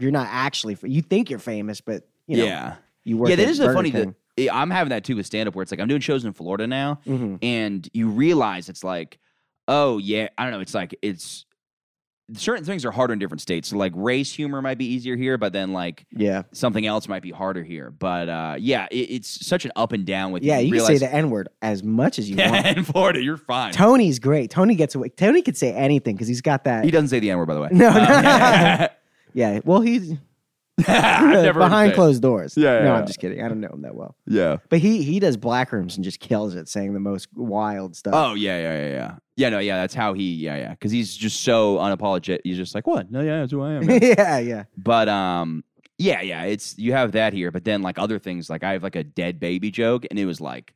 S6: you're not actually you think you're famous but you know
S5: yeah.
S6: you work
S5: yeah, that
S6: at
S5: is
S6: Burger
S5: a funny
S6: King.
S5: thing. I'm having that too with stand up where it's like I'm doing shows in Florida now
S6: Mhm.
S5: and you realize it's like, oh yeah, I don't know, it's like it's certain things are harder in different states. So like race humor might be easier here, but then like
S6: yeah
S5: something else might be harder here. But uh yeah, it, it's such an up and down with
S6: yeah you can say
S5: realize-
S6: the n word as
S5: [LAUGHS]
S6: much as you
S5: Yeah,
S6: want
S5: in Florida, you're fine.
S6: Tony's great Tony gets away Tony could say anything cuz he's got that
S5: He doesn't say the N word, by the way.
S6: No,
S5: Um,
S6: no.
S5: yeah.
S6: yeah well he's
S5: [LAUGHS]
S6: [LAUGHS]
S5: I've never heard
S6: behind
S5: that.
S6: closed doors
S5: Yeah,
S6: no
S5: yeah,
S6: I'm
S5: yeah.
S6: just kidding I don't know him that well
S5: Yeah.
S6: But he he does black rooms and just kills it, saying the most wild stuff. [LAUGHS]
S5: Oh yeah, yeah, yeah, yeah. Yeah, no, yeah. That's how he. Yeah, yeah. Because he's just so unapologetic. He's just like, what? No, yeah, that's who I am. man."
S6: yeah, yeah.
S5: But um, yeah, yeah, it's you have that here, but then like other things, like I have like a dead baby joke, and it was like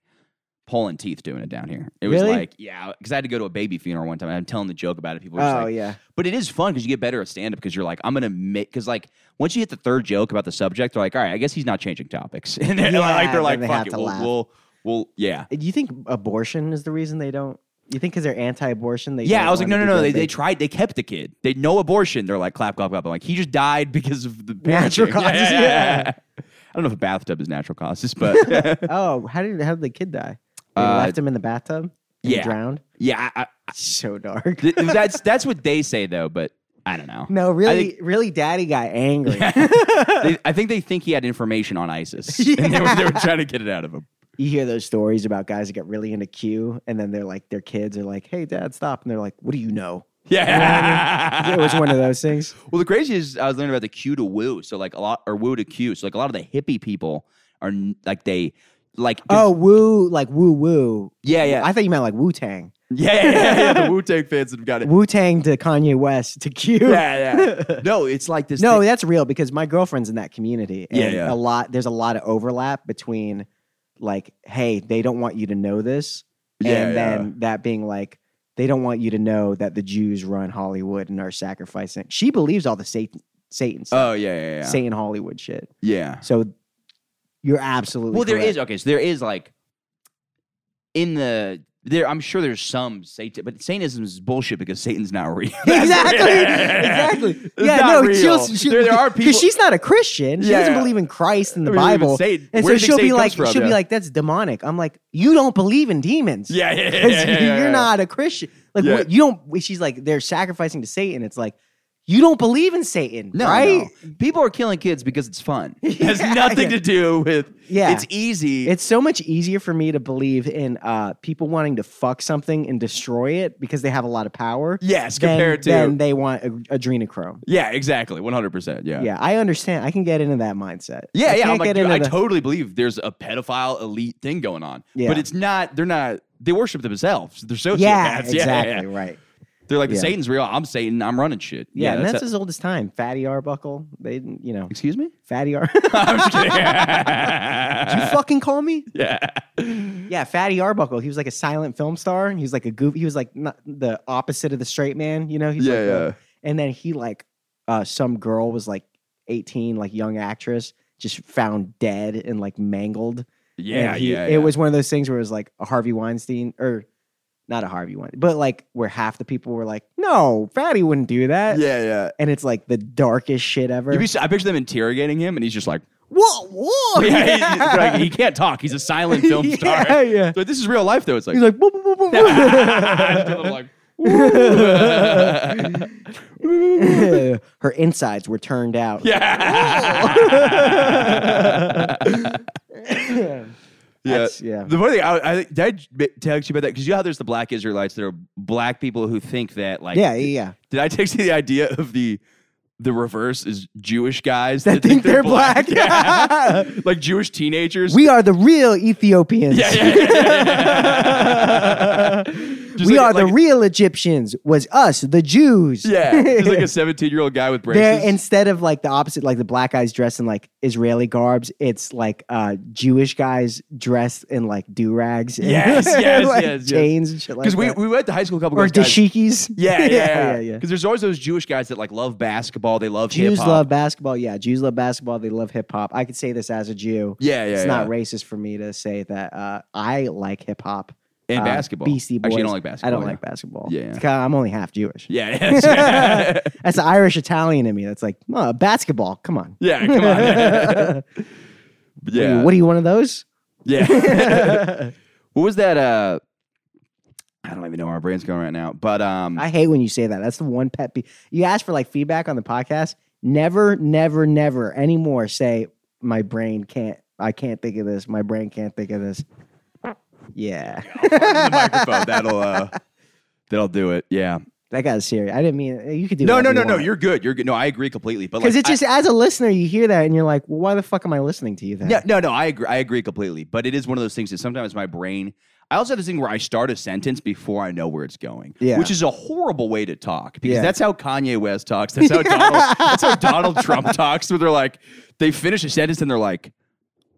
S5: pulling teeth doing it down here. It was
S6: Really?
S5: like yeah, because I had to go to a baby funeral one time. and I'm telling the joke about it. People, were just
S6: Oh
S5: like,
S6: yeah.
S5: but it is fun because you get better at stand up because you're like, I'm gonna make because like once you hit the third joke about the subject, they're like, all right, I guess he's not changing topics, [LAUGHS] and they're like,
S6: Yeah,
S5: they're
S6: then
S5: like,
S6: they
S5: fuck
S6: have
S5: it,
S6: to
S5: we'll,
S6: laugh.
S5: we'll, we'll, yeah.
S6: Do you think abortion is the reason they don't? You think because they're anti-abortion? They
S5: Yeah,
S6: don't
S5: I was like,
S6: want
S5: no, no,
S6: to
S5: no.
S6: do
S5: They,
S6: that?
S5: they tried. They kept the kid. They no abortion. They're like clap, clap, clap. I'm like, he just died because of the
S6: Natural
S5: parenting. [LAUGHS]
S6: causes, yeah.
S5: I don't know if a bathtub is natural causes, but [LAUGHS]
S6: Oh, how did how did the kid die? They
S5: Uh,
S6: left him in the bathtub. And he
S5: yeah.
S6: drowned.
S5: yeah, I, I, [LAUGHS]
S6: So dark.
S5: th- that's that's what they say though. But I don't know.
S6: no, really,
S5: I
S6: really, daddy got angry.
S5: They, I think they think he had information on
S6: [LAUGHS]
S5: ISIS, and they were, they were trying to get it out of him.
S6: you hear those stories about guys that get really into Q, and then they're like, their kids are like, "Hey, dad, stop!" and they're like, "What do
S5: [LAUGHS]
S6: you know?"
S5: Yeah,
S6: It was one of those
S5: [LAUGHS]
S6: things.
S5: Well, the crazy is I was learning about the Q to woo. So like a lot or woo to Q. So like a lot of the hippie people are n- like they like 'cause-
S6: Oh, woo, like woo woo.
S5: yeah, yeah,
S6: I thought you meant like Wu Tang.
S5: yeah, yeah, yeah, yeah. The Wu Tang fans have got it.
S6: Wu Tang to Kanye West to Q.
S5: Yeah,
S6: [LAUGHS]
S5: yeah. No, it's like this.
S6: No,
S5: thing-
S6: that's real because my girlfriend's in that community. And
S5: Yeah, yeah.
S6: a lot there's a lot of overlap between like, hey, they don't want you to know this.
S5: Yeah,
S6: and
S5: yeah.
S6: then that being like, they don't want you to know that the Jews run Hollywood and are sacrificing. She believes all the Satan Satan stuff.
S5: oh yeah, yeah, yeah.
S6: Satan Hollywood shit.
S5: yeah.
S6: So you're absolutely
S5: Well, there
S6: correct.
S5: is [LAUGHS]
S6: [LAUGHS]
S5: okay. So there is like in the there. I'm sure there's some Satan, but Satanism is bullshit because Satan's not real.
S6: [LAUGHS]
S5: [LAUGHS]
S6: exactly. Exactly.
S5: It's
S6: Yeah,
S5: not
S6: no,
S5: real.
S6: she'll, she
S5: There- there
S6: [LAUGHS]
S5: are people-
S6: Because she's not a Christian. She
S5: Yeah,
S6: doesn't
S5: yeah.
S6: believe in Christ and the
S5: I mean, even
S6: Bible.
S5: Satan-
S6: and
S5: where do you think
S6: so she'll
S5: Satan
S6: be like,
S5: comes from?
S6: she'll be
S5: Yeah.
S6: like, that's demonic. I'm like, you don't believe in demons.
S5: Yeah, yeah, yeah,
S6: [LAUGHS] 'Cause
S5: yeah, yeah, yeah.
S6: You're not a Christian. Like,
S5: Yeah.
S6: what, you don't, she's like, they're sacrificing to Satan. It's like, you don't believe in Satan,
S5: No,
S6: right?
S5: no. people are killing kids because it's fun. [LAUGHS] It has
S6: [LAUGHS] Yeah,
S5: nothing
S6: yeah.
S5: to do with.
S6: Yeah.
S5: it's easy.
S6: It's so much easier for me to believe in uh, people wanting to fuck something and destroy it because they have a lot of power.
S5: yes,
S6: than-
S5: compared to
S6: than they want ad- adrenochrome.
S5: yeah, exactly, one hundred percent. Yeah,
S6: Yeah, I understand. I can get into that mindset.
S5: yeah,
S6: I
S5: yeah.
S6: can't
S5: I'm like,
S6: get
S5: dude,
S6: into
S5: I
S6: the-
S5: totally believe there's a pedophile elite thing going on,
S6: Yeah.
S5: but it's not. They're not. They worship themselves. They're sociopaths.
S6: yeah,
S5: [LAUGHS] Yeah, yeah,
S6: exactly
S5: yeah.
S6: right.
S5: They're like
S6: Yeah.
S5: Satan's real. I'm Satan. I'm running shit.
S6: Yeah, and
S5: it.
S6: that's, as old as time. Fatty Arbuckle, they, didn't- you know,
S5: excuse
S6: [LAUGHS]
S5: me.
S6: Fatty Ar.
S5: I'm just kidding. [LAUGHS]
S6: you fucking call me?
S5: yeah.
S6: Yeah, Fatty Arbuckle. He was like a silent film star. and He was like a goof. He was like not the opposite of the straight man. You know, he's
S5: Yeah,
S6: like
S5: yeah.
S6: the- and then he like uh, some girl was like eighteen, like young actress, just found dead and like mangled.
S5: Yeah,
S6: And he-
S5: yeah,
S6: It
S5: yeah.
S6: was one of those things where it was like a Harvey Weinstein or not a Harvey Weinstein, but like where half the people were like, "No, Fatty wouldn't do that."
S5: Yeah, yeah.
S6: and it's like the darkest shit ever.
S5: You be, I picture them interrogating him, and he's just
S6: [LAUGHS]
S5: like,
S6: whoa, whoa!
S5: [LAUGHS] yeah, he's just
S6: [LAUGHS]
S5: like, he can't talk. He's a silent film star.
S6: Yeah, yeah.
S5: So this is real life, though. It's like, [LAUGHS]
S6: He's like, [LAUGHS] "Whoa, whoa, whoa, whoa."
S5: Just a little like,
S6: [LAUGHS]
S5: [LAUGHS] "Ooh."
S6: her insides were turned
S5: [LAUGHS]
S6: out.
S5: yeah. Yeah.
S6: That's- yeah.
S5: The funny thing, I, I, did I j- text you about that? Because you know how there's the black Israelites that are black people who think that, like,
S6: yeah, yeah, yeah.
S5: Did I text you the idea of the the reverse is Jewish guys
S6: That think they're
S5: [LAUGHS]
S6: black. [LAUGHS]
S5: Yeah. like Jewish teenagers?
S6: We are the real
S5: [LAUGHS]
S6: Ethiopians.
S5: yeah, yeah,
S6: [LAUGHS]
S5: yeah, yeah, [LAUGHS] yeah. Just
S6: we
S5: like-
S6: are the
S5: like-
S6: real Egyptians. Was us the Jews?
S5: Yeah, it's
S6: [LAUGHS]
S5: like a 17 year old guy with braces.
S6: They're, instead of like the opposite, like the black guys dressed in like Israeli garbs, it's like uh, Jewish guys dressed in like do rags, and [LAUGHS]
S5: Yes, yes,
S6: like,
S5: yes, yes.
S6: chains and shit like
S5: because we,
S6: that,
S5: we went to high school a couple
S6: or
S5: of guys.
S6: dashikis.
S5: Yeah, yeah, yeah.
S6: [LAUGHS] yeah, yeah.
S5: Because there's always those Jewish guys that like love basketball. They love
S6: Jews
S5: hip-hop.
S6: love basketball. Yeah, Jews love basketball. They love hip hop. I could say this as a Jew.
S5: Yeah, yeah.
S6: it's not
S5: yeah.
S6: racist for me to say that uh, I like hip hop
S5: and
S6: uh,
S5: basketball.
S6: Beastie Boys.
S5: Actually, I don't like basketball.
S6: I don't
S5: yeah.
S6: like basketball.
S5: Yeah.
S6: It's kinda- I'm only half Jewish.
S5: Yeah,
S6: [LAUGHS]
S5: yeah,
S6: That's the Irish Italian in me. That's like "Oh, basketball. Come on.
S5: yeah. [LAUGHS] Come on. [LAUGHS] yeah,
S6: What are you one of those? [LAUGHS]
S5: yeah. what was that? Uh, I don't even know where our brain's going right now. But um,
S6: I hate when you say that. That's the one pet peeve. You ask for like feedback on the podcast. Never, never, never anymore say my brain can't. I can't think of this. My brain can't think of this. Yeah, [LAUGHS]
S5: the microphone [LAUGHS] that'll uh, that'll do it. Yeah.
S6: that got serious. I didn't mean it. you could do.
S5: No, no,
S6: whatever
S5: no,
S6: you
S5: no.
S6: want.
S5: You're good. You're good. No, I agree completely. But
S6: because
S5: like,
S6: it's just as a listener, you hear that and you're like, well, why the fuck am I listening to you then?
S5: No, no, no. I agree. I agree completely. But it is one of those things that sometimes my brain. I also have this thing where I start a sentence before I know where it's going,
S6: Yeah.
S5: which is a horrible way to talk because
S6: Yeah.
S5: that's how Kanye West
S6: [LAUGHS]
S5: talks. That's how Donald. that's how Donald Trump talks. Where they're like, they finish a sentence and they're like,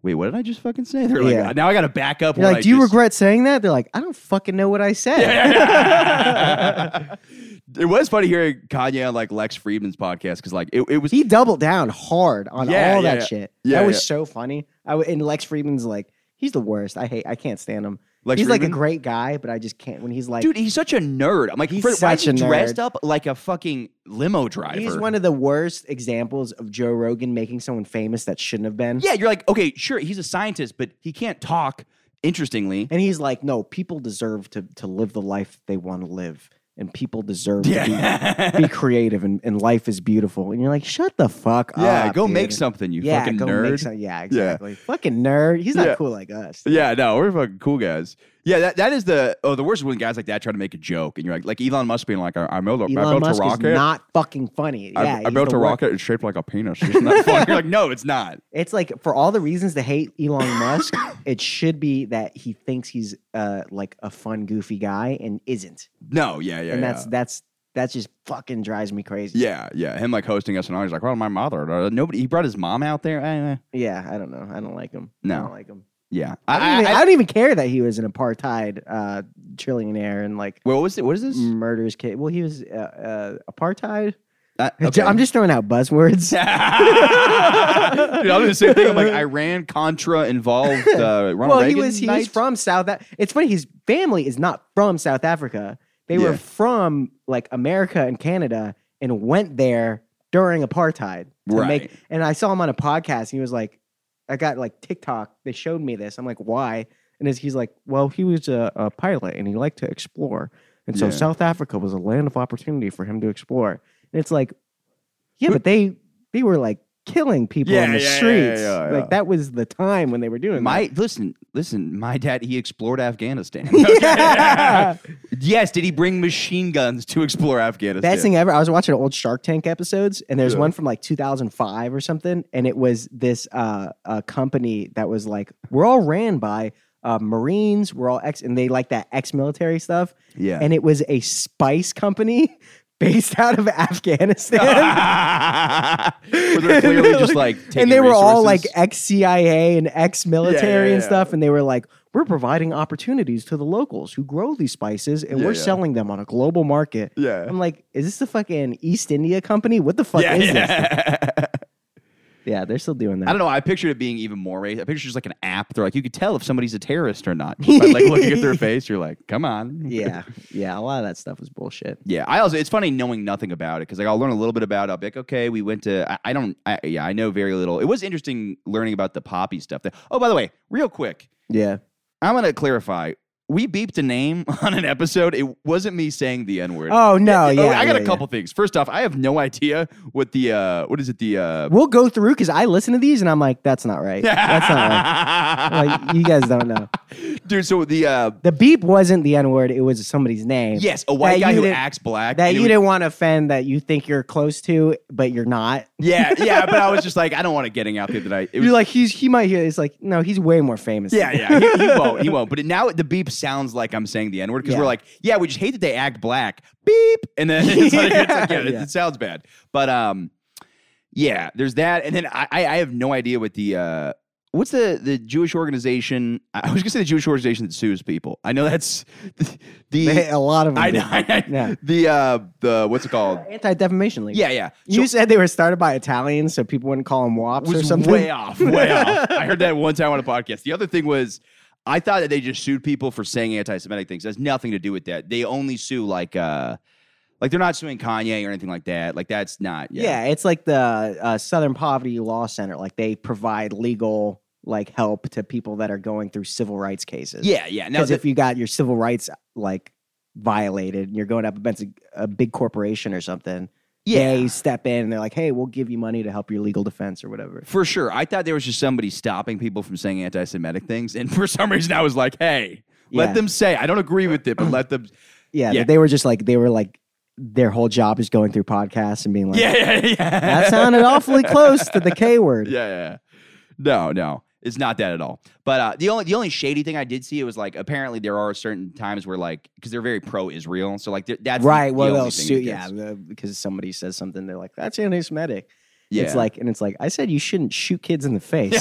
S5: "Wait, what did I just fucking say?" They're like,
S6: Yeah.
S5: "Now I got to back up."
S6: You're
S5: what
S6: like,
S5: I
S6: do you
S5: just-
S6: regret [LAUGHS] saying that? They're like, I don't fucking know what I said.
S5: [LAUGHS] it was funny hearing Kanye on like Lex Friedman's podcast because like it, it was
S6: [LAUGHS] He doubled down hard on
S5: Yeah,
S6: all
S5: yeah,
S6: that
S5: yeah.
S6: shit.
S5: Yeah,
S6: that was
S5: yeah.
S6: so funny. I w- and Lex Friedman's like, he's the worst. I hate. I can't stand him.
S5: Lex
S6: he's like
S5: Friedman?
S6: a great guy, but I just can't when he's like.
S5: dude. He's such a nerd. I'm like,
S6: He's
S5: "Fred, why is he
S6: such a nerd.
S5: dressed up like a fucking limo driver?
S6: He's one of the worst examples of Joe Rogan making someone famous that shouldn't have been.
S5: Yeah, you're like, okay, sure, he's a scientist, but he can't talk. Interestingly,
S6: And he's like, no, people deserve to to live the life they want to live. And people
S5: [LAUGHS]
S6: deserve
S5: Yeah.
S6: to be, be creative and, and life is beautiful. And you're like, shut the fuck up.
S5: yeah, go
S6: dude."
S5: make something, you
S6: yeah,
S5: fucking
S6: go
S5: nerd.
S6: Make some, yeah, exactly. Fucking nerd. He's not
S5: Yeah.
S6: cool like us.
S5: yeah, no, we're fucking cool guys. Yeah, that, that is the oh the worst is when guys like that try to make a joke and you're like like Elon Musk being like I, I built, I
S6: Elon
S5: built
S6: Musk
S5: a
S6: is
S5: rocket.
S6: not fucking funny.
S5: I,
S6: yeah,
S5: I
S6: he's
S5: built
S6: the
S5: a
S6: worst.
S5: rocket it's shaped like a penis. [LAUGHS] Isn't
S6: [LAUGHS]
S5: that funny? You're like, no, it's not.
S6: It's like for all the reasons to hate
S5: [COUGHS]
S6: Elon Musk, it should be that he thinks he's uh like a fun, goofy guy and isn't.
S5: No, yeah, yeah,
S6: and
S5: yeah.
S6: that's that's that's just fucking drives me crazy.
S5: yeah, yeah. Him like hosting us and all. He's like, well, my mother. uh, Nobody. He brought his mom out there. Eh, eh.
S6: Yeah, I don't know. I don't like him. I
S5: No.
S6: don't like him.
S5: yeah.
S6: I don't, even,
S5: I-
S6: I don't even care that he was an apartheid uh trillionaire and like
S5: Wait, what was it? What is this?
S6: murders kid. Well, he was uh, uh apartheid. [LAUGHS]
S5: Uh, okay.
S6: I'm just throwing out buzzwords. [LAUGHS]
S5: [LAUGHS] Dude, I'm the same thing. I'm like Iran Contra involved
S6: [LAUGHS]
S5: uh, Ronald
S6: well, he
S5: Reagan
S6: was he
S5: night?
S6: was from South. Af- It's funny. His family is not from South Africa. They were
S5: Yeah.
S6: from like America and Canada, and went there during apartheid. To
S5: Right.
S6: Make, and I saw him on a podcast. And he was like, "I got like TikTok. They showed me this. I'm like, why?" And it's, he's like, "Well, he was a, a pilot, and he liked to explore, and so
S5: Yeah.
S6: South Africa was a land of opportunity for him to explore." And it's like, yeah,
S5: Who-
S6: but they they were like killing people
S5: Yeah,
S6: on the
S5: yeah, yeah,
S6: streets.
S5: yeah, yeah.
S6: Like that was the time when they were doing that.
S5: My listen, listen. My dad he explored Afghanistan.
S6: [LAUGHS] Yeah.
S5: [LAUGHS] yes, did he bring machine guns to explore Afghanistan? [LAUGHS]
S6: Best thing ever. I was watching old Shark Tank episodes, and there's one from like 2005 or something, and it was this uh, uh, company that was like, we're all ran by uh, Marines, we're all ex, and they like that ex-military stuff,
S5: Yeah.
S6: and it was a spice company [LAUGHS] based out of
S5: [LAUGHS]
S6: Afghanistan.
S5: Where they're clearly
S6: [LAUGHS]
S5: just like taking
S6: and they were all like
S5: resources.
S6: ex CIA and ex military
S5: Yeah, yeah,
S6: and
S5: yeah.
S6: stuff, and they were like, "We're providing opportunities to the locals who grow these spices, and
S5: Yeah,
S6: we're
S5: yeah.
S6: selling them on a global market."
S5: Yeah.
S6: I'm like, "Is this the fucking East India Company? What the fuck
S5: yeah,
S6: is this?"
S5: yeah.
S6: Yeah, they're still doing
S5: [LAUGHS]
S6: that.
S5: I don't know. I pictured it being even more racist. I pictured just like an app. They're like, you could tell if somebody's a terrorist or
S6: [LAUGHS]
S5: not. Just by like looking at their face, you're like, come on.
S6: yeah, yeah, a lot of that stuff was bullshit.
S5: Yeah, I also it's funny knowing nothing about it because like I'll learn a little bit about. it. I'll be like, okay, we went to. I, I don't. I, yeah, I know very little. It was interesting learning about the poppy stuff. That, oh, by the way, real quick,
S6: Yeah,
S5: I'm gonna clarify. We beeped a name [LAUGHS] on an episode. It wasn't me saying the n word.
S6: Oh, no, yeah,
S5: I got
S6: yeah,
S5: a couple things. First off, I have no idea what the uh, what is it the uh,
S6: we'll go through because I listen to these and I'm like, "That's not right. [LAUGHS] That's not right." Like, you guys don't know.
S5: [LAUGHS] dude. So the uh,
S6: The beep wasn't the N word; it was somebody's name.
S5: yes, a white
S6: That
S5: guy
S6: you
S5: who
S6: didn't-
S5: acts black
S6: that
S5: and it
S6: you
S5: was-
S6: didn't want to offend that you think you're close to, but you're not.
S5: Yeah, yeah, but I
S6: [LAUGHS]
S5: was just like, I don't want it getting out there that I. It was
S6: You're like he's he might hear. It's like no, he's way more famous.
S5: Yeah, yeah, he,
S6: [LAUGHS]
S5: he won't, he won't. But it, now the beep sounds like I'm saying the N word because
S6: Yeah.
S5: we're like, yeah, we just hate that they act black. Beep, and then [LAUGHS] it's like, it's like, yeah, it-
S6: [LAUGHS] Yeah.
S5: It, sounds bad. But um, yeah, there's that, and then I, I I have no idea what the uh, what's the the Jewish organization? I I was gonna say the Jewish organization that sues people. I know that's [LAUGHS] the,
S6: [LAUGHS] a lot of them.
S5: I
S6: do.
S5: know, I,
S6: Yeah.
S5: the uh the what's it
S6: [LAUGHS]
S5: called?
S6: Anti Defamation League.
S5: Yeah, yeah.
S6: You said they were started by Italians, so people wouldn't call them wops or
S5: was
S6: something.
S5: way off, way off. I heard that one time on a podcast. The other thing was, I thought that they just sued people for saying anti-Semitic things. It has nothing to do with that. They only sue like, uh like they're not suing Kanye or anything like that. Like that's not.
S6: [LAUGHS] Yeah. it's like the uh, Southern Poverty Law Center. Like they provide legal like help to people that are going through civil rights cases.
S5: yeah, yeah. No,
S6: because
S5: the-
S6: if you got your civil rights like violated and you're going up against a, a big corporation or something,
S5: Yeah.
S6: they step in and they're like, "Hey, we'll give you money to help your legal defense or whatever."
S5: for sure. I thought there was just somebody stopping people from saying anti-Semitic things, and for some reason, I was like, hey,
S6: Yeah.
S5: let them say. I don't agree with it, but let
S6: [CLEARS THROAT]
S5: them.
S6: Yeah,
S5: Yeah.
S6: But they were just like they were like their whole job is going through podcasts and being like,
S5: Yeah, yeah, yeah.
S6: "That sounded awfully close to the K
S5: [LAUGHS]
S6: word."
S5: Yeah, yeah, yeah. No, no. It's not that at all. But uh, the only the only shady thing I did see it was like apparently there are certain times where like because they're very pro Israel, so like th- that's the-
S6: [LAUGHS] right.
S5: The,
S6: Well,
S5: only
S6: they'll
S5: thing
S6: sue.
S5: that
S6: Yeah,
S5: gets-
S6: the- because somebody says something, they're like, "That's anti-Semitic."
S5: yeah.
S6: It's like, and it's like, I said you shouldn't shoot kids in the face.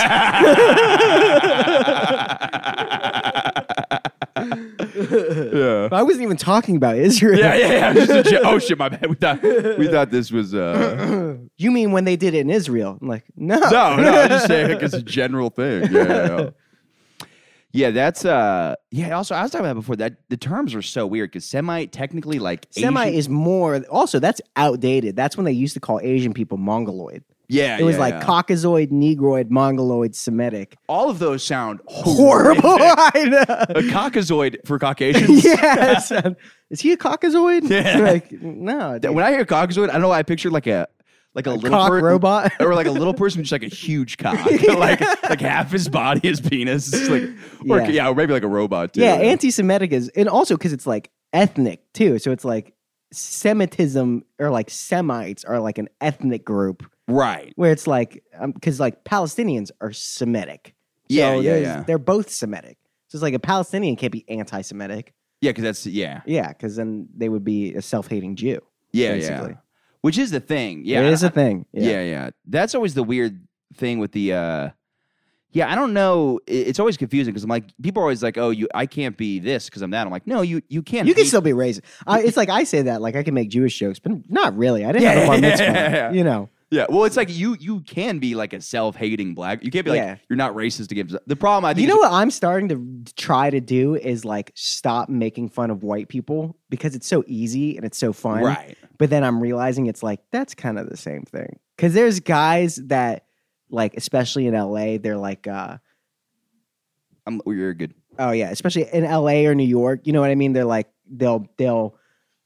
S5: yeah.
S6: I wasn't even talking about
S5: [LAUGHS]
S6: Israel.
S5: Yeah, yeah, yeah. Just a jo- oh shit, my bad. We thought we thought this was uh,
S6: You mean when they did it in Israel? I'm like, no,
S5: no, no. I'm just saying like, it's a general thing. Yeah, yeah, yeah. Yeah, that's uh, yeah. Also, I was talking about before that the terms are so weird because Semite technically like
S6: Semi
S5: Asian-
S6: is more. Also, that's outdated. That's when they used to call Asian people Mongoloid.
S5: Yeah,
S6: It was
S5: yeah,
S6: like
S5: yeah.
S6: Caucasoid, Negroid,
S5: [LAUGHS]
S6: Mongoloid, Semitic.
S5: all of those sound
S6: Horrible.
S5: [LAUGHS] horrific.
S6: I [LAUGHS] know.
S5: A caucasoid for Caucasians.
S6: [LAUGHS] yeah. it sound- Is he a Caucasoid?
S5: Yeah.
S6: [LAUGHS] Like, no.
S5: That- When I hear caucasoid, I don't know. why I picture like a like a,
S6: A
S5: little
S6: cock
S5: per-
S6: robot. [LAUGHS]
S5: or like a little person, with just like a huge cock, like like half his body is penis. It's like, or, yeah.
S6: Yeah.
S5: or maybe like a robot too.
S6: yeah, anti-Semitic is, and also because it's like ethnic too. So it's like Semitism or like Semites are like an ethnic group
S5: right.
S6: where it's like because like Palestinians are Semitic.
S5: Yeah,
S6: So
S5: yeah,
S6: there's-
S5: yeah.
S6: They're both Semitic. So it's like a Palestinian can't be anti-Semitic.
S5: Yeah, because that's yeah,
S6: Yeah, because then they would be a self-hating Jew.
S5: yeah, yeah.
S6: basically.
S5: Which is the thing. Yeah,
S6: it is a thing.
S5: Yeah. yeah, That's always the weird thing with the uh yeah, I don't know. I- It's always confusing because I'm like, people are always like, "Oh, you, I can't be this because I'm that." I'm like, "No, you, you can't.
S6: You can
S5: be-
S6: still be racist. I, it's like I say that, like I can make Jewish jokes, but not really. I didn't
S5: Yeah,
S6: have a bar
S5: yeah,
S6: mitzvah.
S5: yeah, yeah.
S6: You know,
S5: yeah." Well, it's like you, you can be like a self-hating black. You can't be like
S6: Yeah.
S5: you're not racist against the problem. I think
S6: you know
S5: is-
S6: what I'm starting to try to do is like stop making fun of white people because it's so easy and it's so fun.
S5: right?
S6: But then I'm realizing it's like that's kind of the same thing because there's guys that like, especially in LA, they're like, uh,
S5: I'm, well, you're good.
S6: oh yeah, especially in LA or New York. You know what I mean? They're like they'll they'll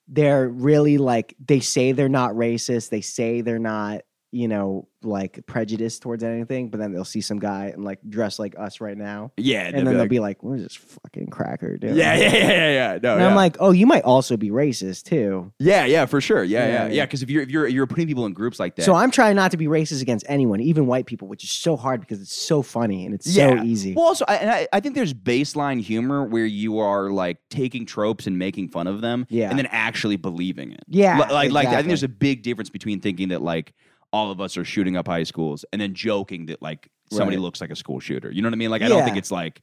S6: they're really like they say they're not racist. They say they're not you know like prejudiced towards anything. But then they'll see some guy and like dressed like us right now,
S5: Yeah,
S6: and, then they'll be like, "What is this fucking cracker doing?"
S5: yeah, [LAUGHS] yeah, yeah, yeah, yeah. No,
S6: And
S5: yeah.
S6: I'm like, "Oh, you might also be racist too."
S5: yeah, yeah, for sure. Yeah,
S6: Yeah,
S5: yeah,
S6: yeah.
S5: yeah. Because if you're if you're you're putting people in groups like that,
S6: So I'm trying not to be racist against anyone, even white people, which is so hard because it's so funny and it's
S5: Yeah.
S6: so easy.
S5: Well, also, I, and I, I think there's baseline humor where you are like taking tropes and making fun of them,
S6: Yeah.
S5: and then actually believing it.
S6: yeah,
S5: Li- like, like I think
S6: exactly.
S5: there's a big difference between thinking that like all of us are shooting up high schools and then joking that like somebody
S6: Right.
S5: looks like a school shooter. You know what I mean? Like I don't
S6: Yeah.
S5: think it's like,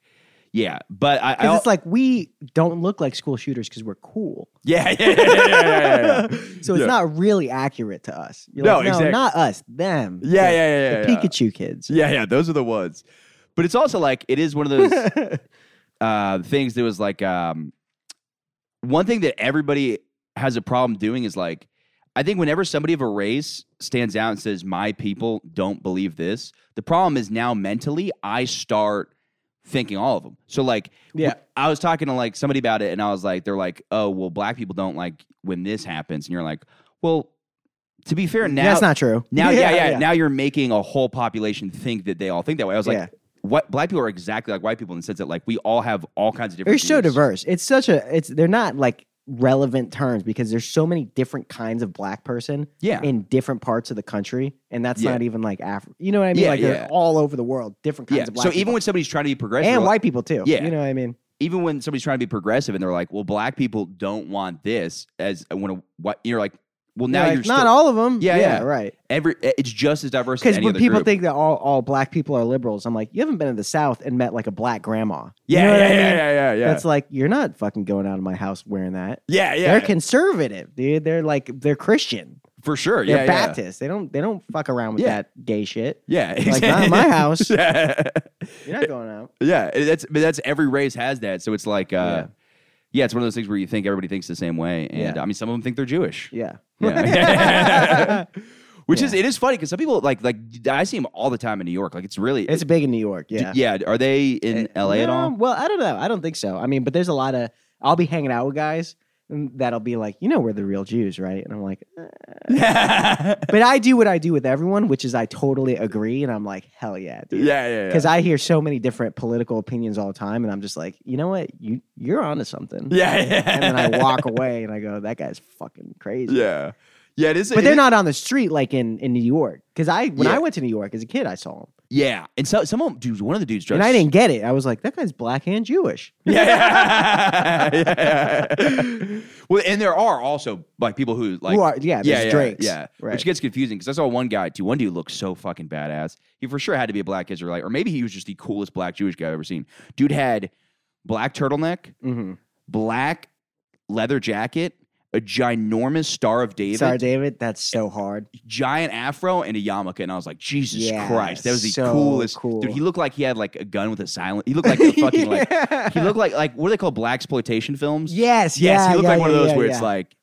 S5: yeah, but I, I
S6: 'Cause
S5: al-
S6: it's like we don't look like school shooters because we're cool.
S5: [LAUGHS] yeah, yeah, yeah, yeah, yeah, yeah, yeah.
S6: [LAUGHS] So it's
S5: Yeah.
S6: not really accurate to us. You're
S5: No,
S6: like, no,
S5: exactly.
S6: not us, them.
S5: Yeah,
S6: The-
S5: yeah, yeah, yeah,
S6: The
S5: yeah.
S6: Pikachu kids.
S5: Yeah, yeah, those are the ones. But it's also like it is one of those
S6: [LAUGHS]
S5: uh, things that was like um, one thing that everybody has a problem doing is like I think whenever somebody of a race stands out and says my people don't believe this, the problem is now mentally I start thinking all of them. So like
S6: Yeah.
S5: I was talking to like somebody about it and I was like they're like oh well black people don't like when this happens and you're like well to be fair now
S6: That's not true. [LAUGHS]
S5: now, yeah, yeah, Now you're making a whole population think that they all think that way. I was like,
S6: Yeah.
S5: what? Black people are exactly like white people in the sense that like we all have all kinds of
S6: They're
S5: different.
S6: so
S5: views.
S6: diverse. It's such a it's they're not like relevant terms because there's so many different kinds of black person
S5: Yeah.
S6: in different parts of the country. And that's
S5: Yeah.
S6: not even like Afri- you know what I mean?
S5: Yeah,
S6: like
S5: yeah.
S6: they're all over the world, different kinds
S5: Yeah.
S6: of black
S5: So
S6: people.
S5: even when somebody's trying to be progressive,
S6: and
S5: like-
S6: white people too.
S5: Yeah.
S6: You know what I mean?
S5: even when somebody's trying to be progressive and they're like, well, black people don't want this as when a what you're like, well, now
S6: Like,
S5: you're
S6: not
S5: still-
S6: all of them.
S5: Yeah, yeah.
S6: right.
S5: every. It's just as diverse as
S6: Because
S5: any
S6: when
S5: other
S6: people
S5: group.
S6: think that all, all black people are liberals, I'm like, you haven't been to the South and met like a black grandma. You
S5: yeah,
S6: know what
S5: yeah,
S6: I
S5: yeah,
S6: mean?
S5: yeah, yeah, yeah,
S6: That's like you're not fucking going out of my house wearing that.
S5: yeah, yeah,
S6: They're conservative, dude. They're like they're Christian.
S5: for sure.
S6: They're
S5: yeah,
S6: Baptist. They don't they don't fuck around with
S5: Yeah.
S6: that gay shit.
S5: Yeah, yeah,
S6: Like not in my
S5: [LAUGHS]
S6: house.
S5: yeah.
S6: You're not going out.
S5: Yeah, it- that's but that's every race has that. So it's like, uh, yeah. it's one of those things where you think everybody thinks the same way, and
S6: Yeah.
S5: I mean, some of them think they're Jewish.
S6: Yeah. [LAUGHS]
S5: Yeah. [LAUGHS] Which is it is funny because some people like like I see them all the time in New York. Like it's really
S6: It's big in New York.
S5: d-
S6: Yeah.
S5: yeah. Are they in LA at
S6: No, [LAUGHS]
S5: all?
S6: Well, I don't know. I don't think so. I mean, but there's a lot of I'll be hanging out with guys and that'll be like, you know, we're the real Jews, right? And I'm like, eh.
S5: yeah,
S6: but I do what I do with everyone, which is I totally agree, and I'm like, hell yeah,
S5: [LAUGHS]
S6: dude.
S5: yeah, yeah.
S6: Because I hear so many different political opinions all the time, and I'm just like, you know what, you you're onto something.
S5: [LAUGHS] yeah, yeah.
S6: and then I walk away and I go, that guy's fucking crazy.
S5: [LAUGHS] Yeah, yeah. It is,
S6: But
S5: it
S6: they're
S5: is-
S6: not on the street like in, in New York. Because I when
S5: Yeah.
S6: I went to New York as a kid, I saw him.
S5: Yeah, and so some of them, dude, one of the dudes dressed.
S6: And I didn't get it. I was like, that guy's black and Jewish.
S5: [LAUGHS] Yeah, [LAUGHS] yeah, yeah. Well, and there are also like people who like
S6: Who are- yeah, there's Drakes.
S5: yeah,
S6: Right.
S5: which gets confusing because I saw one guy too. One dude looked so fucking badass. He for sure had to be a black Israelite, or maybe he was just the coolest black Jewish guy I've ever seen. Dude had black turtleneck,
S6: Mm-hmm.
S5: black leather jacket, a ginormous Star of David,
S6: Sorry, David. That's so hard.
S5: giant afro, and a yarmulke. And I was like, Jesus
S6: Yeah,
S5: Christ, that was the
S6: so
S5: coolest
S6: cool.
S5: dude. He looked like he had like a gun with a silent. He looked like
S6: [LAUGHS]
S5: a fucking like. He looked like like what do they call black exploitation films?
S6: yes,
S5: Yes,
S6: yeah,
S5: he looked
S6: yeah,
S5: like one of
S6: yeah,
S5: those
S6: yeah,
S5: where
S6: yeah.
S5: it's like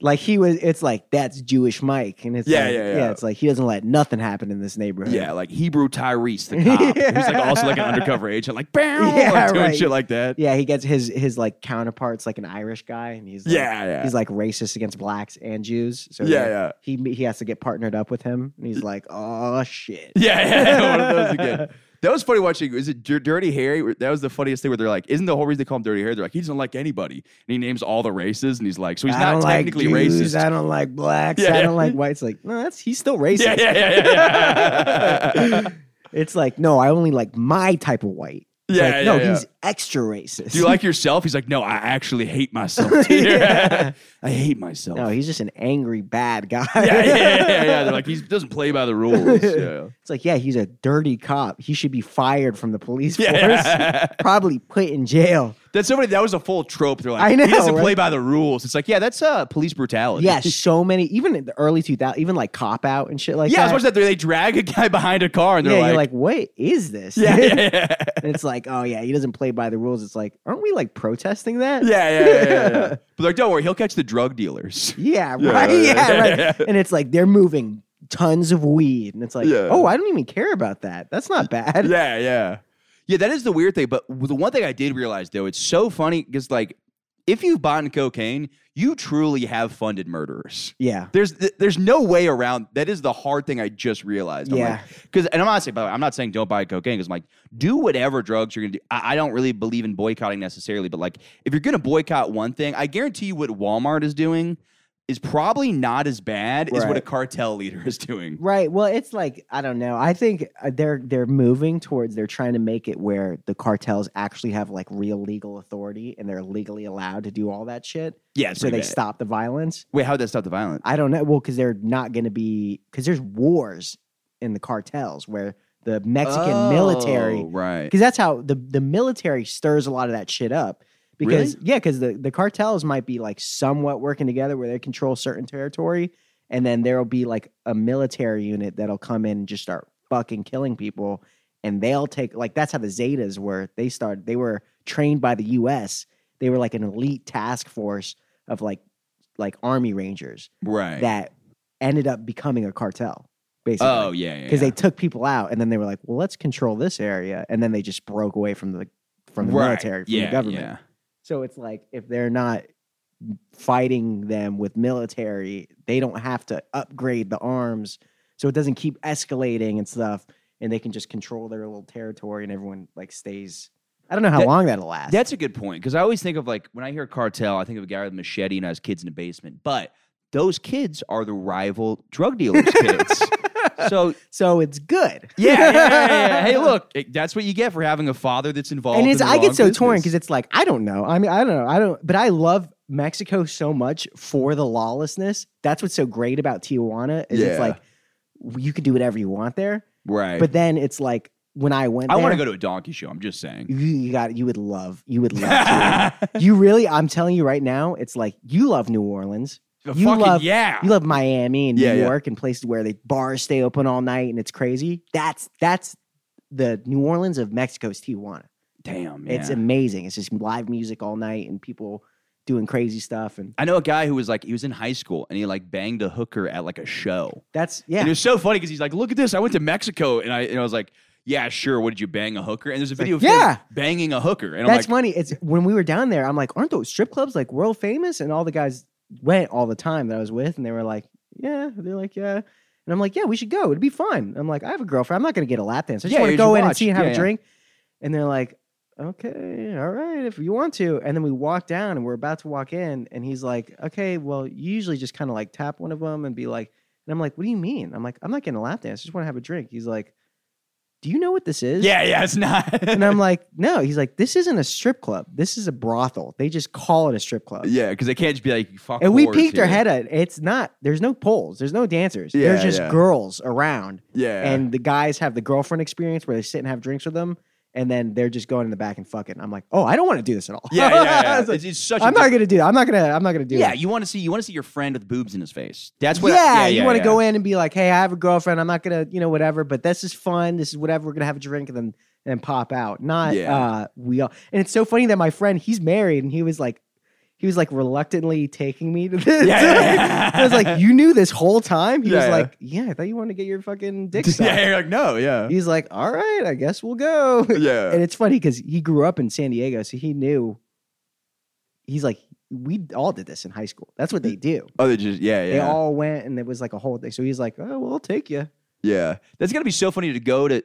S6: Like he was, it's like that's Jewish Mike, and it's
S5: Yeah,
S6: like,
S5: yeah, yeah.
S6: It's like he doesn't let nothing happen in this neighborhood.
S5: Yeah, like Hebrew Tyrese, [LAUGHS] the cop, who's like also like an [LAUGHS] undercover agent, like bam,
S6: Yeah,
S5: like, doing
S6: right.
S5: shit like that.
S6: yeah. He gets his his like counterparts like an Irish guy, and he's like,
S5: Yeah, yeah.
S6: he's like racist against blacks and Jews. So
S5: Yeah,
S6: like,
S5: yeah.
S6: He he has to get partnered up with him, and he's like, oh shit.
S5: [LAUGHS] Yeah, yeah, one of those again. [LAUGHS] That was funny watching. Is it Dir- Dirty Harry? That was the funniest thing where they're like, isn't the whole reason they call him Dirty Harry? They're like, he doesn't like anybody. And he names all the races and he's like, so he's
S6: I
S5: not
S6: don't like
S5: technically
S6: Jews,
S5: racist.
S6: I don't like blacks.
S5: Yeah,
S6: I
S5: yeah.
S6: don't like whites. Like, no, that's he's still racist.
S5: [LAUGHS] Yeah, yeah, yeah, [LAUGHS] yeah. yeah.
S6: It's like, no, I only like my type of white. It's
S5: Yeah,
S6: like, no,
S5: yeah, yeah.
S6: he's extra racist.
S5: Do you like yourself? He's like, no, I actually hate [LAUGHS] myself. dude.
S6: Yeah.
S5: I hate myself.
S6: [LAUGHS] No, he's just an angry bad guy.
S5: [LAUGHS] yeah, yeah, yeah, yeah, [LAUGHS] yeah. They're like, he doesn't play by the rules. Yeah.
S6: [LAUGHS] it's like, yeah, he's a dirty cop. He should be fired from the police force. [LAUGHS]
S5: Yeah.
S6: Probably put in jail.
S5: That's somebody that was a full trope. They're like,
S6: I know,
S5: he doesn't play
S6: right?
S5: by the rules. It's like, yeah, that's uh, police brutality. [LAUGHS]
S6: Yeah, so many. Even in the early 2000s, even like cop out and shit like
S5: yeah, I was
S6: that.
S5: watching that. They drag a guy behind a car and
S6: yeah,
S5: they're
S6: you're
S5: like,
S6: like, what is
S5: [LAUGHS]
S6: this?
S5: yeah,
S6: [LAUGHS]
S5: yeah, yeah,
S6: and it's like, oh yeah, he doesn't play by the rules. It's like, aren't we like protesting that?
S5: yeah, yeah, yeah, yeah, yeah.
S6: [LAUGHS]
S5: But they're like, don't worry, he'll catch the drug dealers. [LAUGHS]
S6: Yeah,
S5: Yeah,
S6: right. [LAUGHS]
S5: yeah,
S6: Yeah,
S5: yeah,
S6: right.
S5: [LAUGHS] yeah.
S6: And it's like they're moving tons of weed, and it's like,
S5: Yeah.
S6: oh, I don't even care about that. That's not bad.
S5: yeah, yeah, yeah. That is the weird thing. But the one thing I did realize though, it's so funny because like, if you've bought cocaine, you truly have funded murderers.
S6: Yeah.
S5: There's th- there's no way around. That is the hard thing I just realized. I'm
S6: Yeah.
S5: Because and I'm not saying, by the way, I'm not saying don't buy cocaine. Because I'm like, do whatever drugs you're gonna do. I, I don't really believe in boycotting necessarily, but like if you're gonna boycott one thing, I guarantee you what Walmart is doing is probably not as bad as what a
S6: Right.
S5: cartel leader is doing.
S6: Right. Well, it's like I don't know. I think uh, they're they're moving towards they're trying to make it where the cartels actually have like real legal authority and they're legally allowed to do all that shit.
S5: Yeah. it's
S6: So
S5: pretty
S6: they
S5: bad.
S6: stop the violence.
S5: Wait, how did that stop the violence?
S6: I don't know. Well, because they're not going to be because there's wars in the cartels where the Mexican military
S5: Oh, right?
S6: because that's how the the military stirs a lot of that shit up. Because yeah, because the the cartels might be like somewhat working together where they control certain territory, and then there'll be like a military unit that'll come in and just start fucking killing people, and they'll take like that's how the Zetas were. They started they were trained by the U.S. They were like an elite task force of like like army rangers
S5: Right.
S6: that ended up becoming a cartel basically
S5: oh yeah. yeah,
S6: because
S5: yeah.
S6: they took people out and then they were like, well, let's control this area, and then they just broke away from the from the
S5: Right.
S6: military from
S5: yeah,
S6: the government.
S5: Yeah.
S6: So it's like if they're not fighting them with military, they don't have to upgrade the arms, so it doesn't keep escalating and stuff, and they can just control their little territory, and everyone like stays. I don't know how
S5: That-
S6: long that'll last.
S5: That's a good point because I always think of like when I hear cartel, I think of a guy with a machete and has kids in the basement. But those kids are the rival drug
S6: [LAUGHS]
S5: dealers' kids. So
S6: so it's good.
S5: yeah, yeah, yeah, yeah. hey, look, it- that's what you get for having a father that's involved.
S6: and it's
S5: in the
S6: I
S5: wrong
S6: get so torn because
S5: business.
S6: it's like I don't know. I mean, I don't know. I don't. But I love Mexico so much for the lawlessness. That's what's so great about Tijuana is
S5: Yeah.
S6: it's like you can do whatever you want there.
S5: right.
S6: But then it's like when I went,
S5: I
S6: want
S5: want to go to a donkey show. I'm just saying.
S6: You, you got. You would love. You
S5: [LAUGHS]
S6: would love. Tijuana.
S5: Fucking
S6: you really. I'm telling you right now. It's like you love New Orleans. You love-
S5: yeah.
S6: You love Miami and
S5: Yeah,
S6: New
S5: yeah.
S6: York and places where the bars stay open all night and it's crazy. That's that's the New Orleans of Mexico's Tijuana.
S5: Damn.
S6: It's
S5: yeah.
S6: amazing. It's just live music all night and people doing crazy stuff. And
S5: I know a guy who was like he was in high school and he like banged a hooker at like a show.
S6: that's
S5: And it
S6: yeah.
S5: was so funny because he's like, "Look at this! I went to Mexico," and I and I was like, "Yeah, sure. What did you bang a hooker?" And there's a video
S6: like,
S5: of him
S6: yeah.
S5: banging a hooker, and
S6: That's
S5: I'm like,
S6: funny. It's when we were down there, I'm like, aren't those strip clubs like world famous? And all the guys went all the time that I was with, and they were like, Yeah. They're like, Yeah. And I'm like, Yeah, we should go. It'd be fun. I'm like, I have a girlfriend. I'm not gonna get a lap dance. I just
S5: Yeah,
S6: want
S5: you
S6: to
S5: should
S6: go in and
S5: watch.
S6: see and have
S5: Yeah,
S6: a
S5: yeah.
S6: drink. And they're like, Okay, all right, if you want to. And then we walk down and we're about to walk in, and he's like, Okay, well, you usually just kind of like tap one of them and be like, and I'm like, What do you mean? I'm like, I'm not getting a lap dance, I just want to have a drink. He's like, Do you know what this is?
S5: "Yeah, yeah, it's not."
S6: And I'm like, [LAUGHS] no. He's like, this isn't a strip club. This is a brothel. They just call it a strip
S5: [LAUGHS]
S6: club.
S5: yeah, because they can't just be like, "You "Fuck."
S6: And we
S5: whores
S6: peeked our
S5: here."
S6: head at it's not, there's no poles, there's no dancers.
S5: Yeah,
S6: there's just
S5: yeah.
S6: girls around.
S5: Yeah,
S6: And the guys have the girlfriend experience where they sit and have drinks with them. And then they're just going in the back and fucking. I'm like, oh, I don't want to do this at all.
S5: yeah, yeah. yeah.
S6: [LAUGHS] I was like,
S5: it's, it's such.
S6: I'm
S5: a
S6: not
S5: diff-
S6: gonna do. That. I'm not gonna. I'm not gonna do.
S5: Yeah,
S6: it.
S5: you want to see you want to see your friend with boobs in his face. That's what.
S6: yeah, you
S5: yeah,
S6: want to
S5: yeah.
S6: go in and be like, hey, I have a girlfriend. I'm not gonna, you know, whatever. But this is fun. This is whatever. We're gonna have a drink and then and then pop out. Not
S5: Yeah.
S6: uh, we all. And it's so funny that my friend, he's married, and he was like, he was like reluctantly taking me to [LAUGHS] this.
S5: Yeah, yeah, yeah.
S6: [LAUGHS] I was like, you knew this whole time. He
S5: Yeah,
S6: was
S5: yeah.
S6: like, yeah, I thought you wanted to get your fucking
S5: [LAUGHS]
S6: dick sucked.
S5: yeah, you're like, no, yeah.
S6: He's like, all right, I guess we'll go.
S5: Yeah.
S6: [LAUGHS] And it's funny because he grew up in San Diego, so he knew. He's like, we all did this in high school. That's what they do.
S5: Oh, they just yeah, yeah,
S6: They all went, and it was like a whole thing. So he's like, oh, well, I'll take you.
S5: yeah. That's gonna be so funny to go to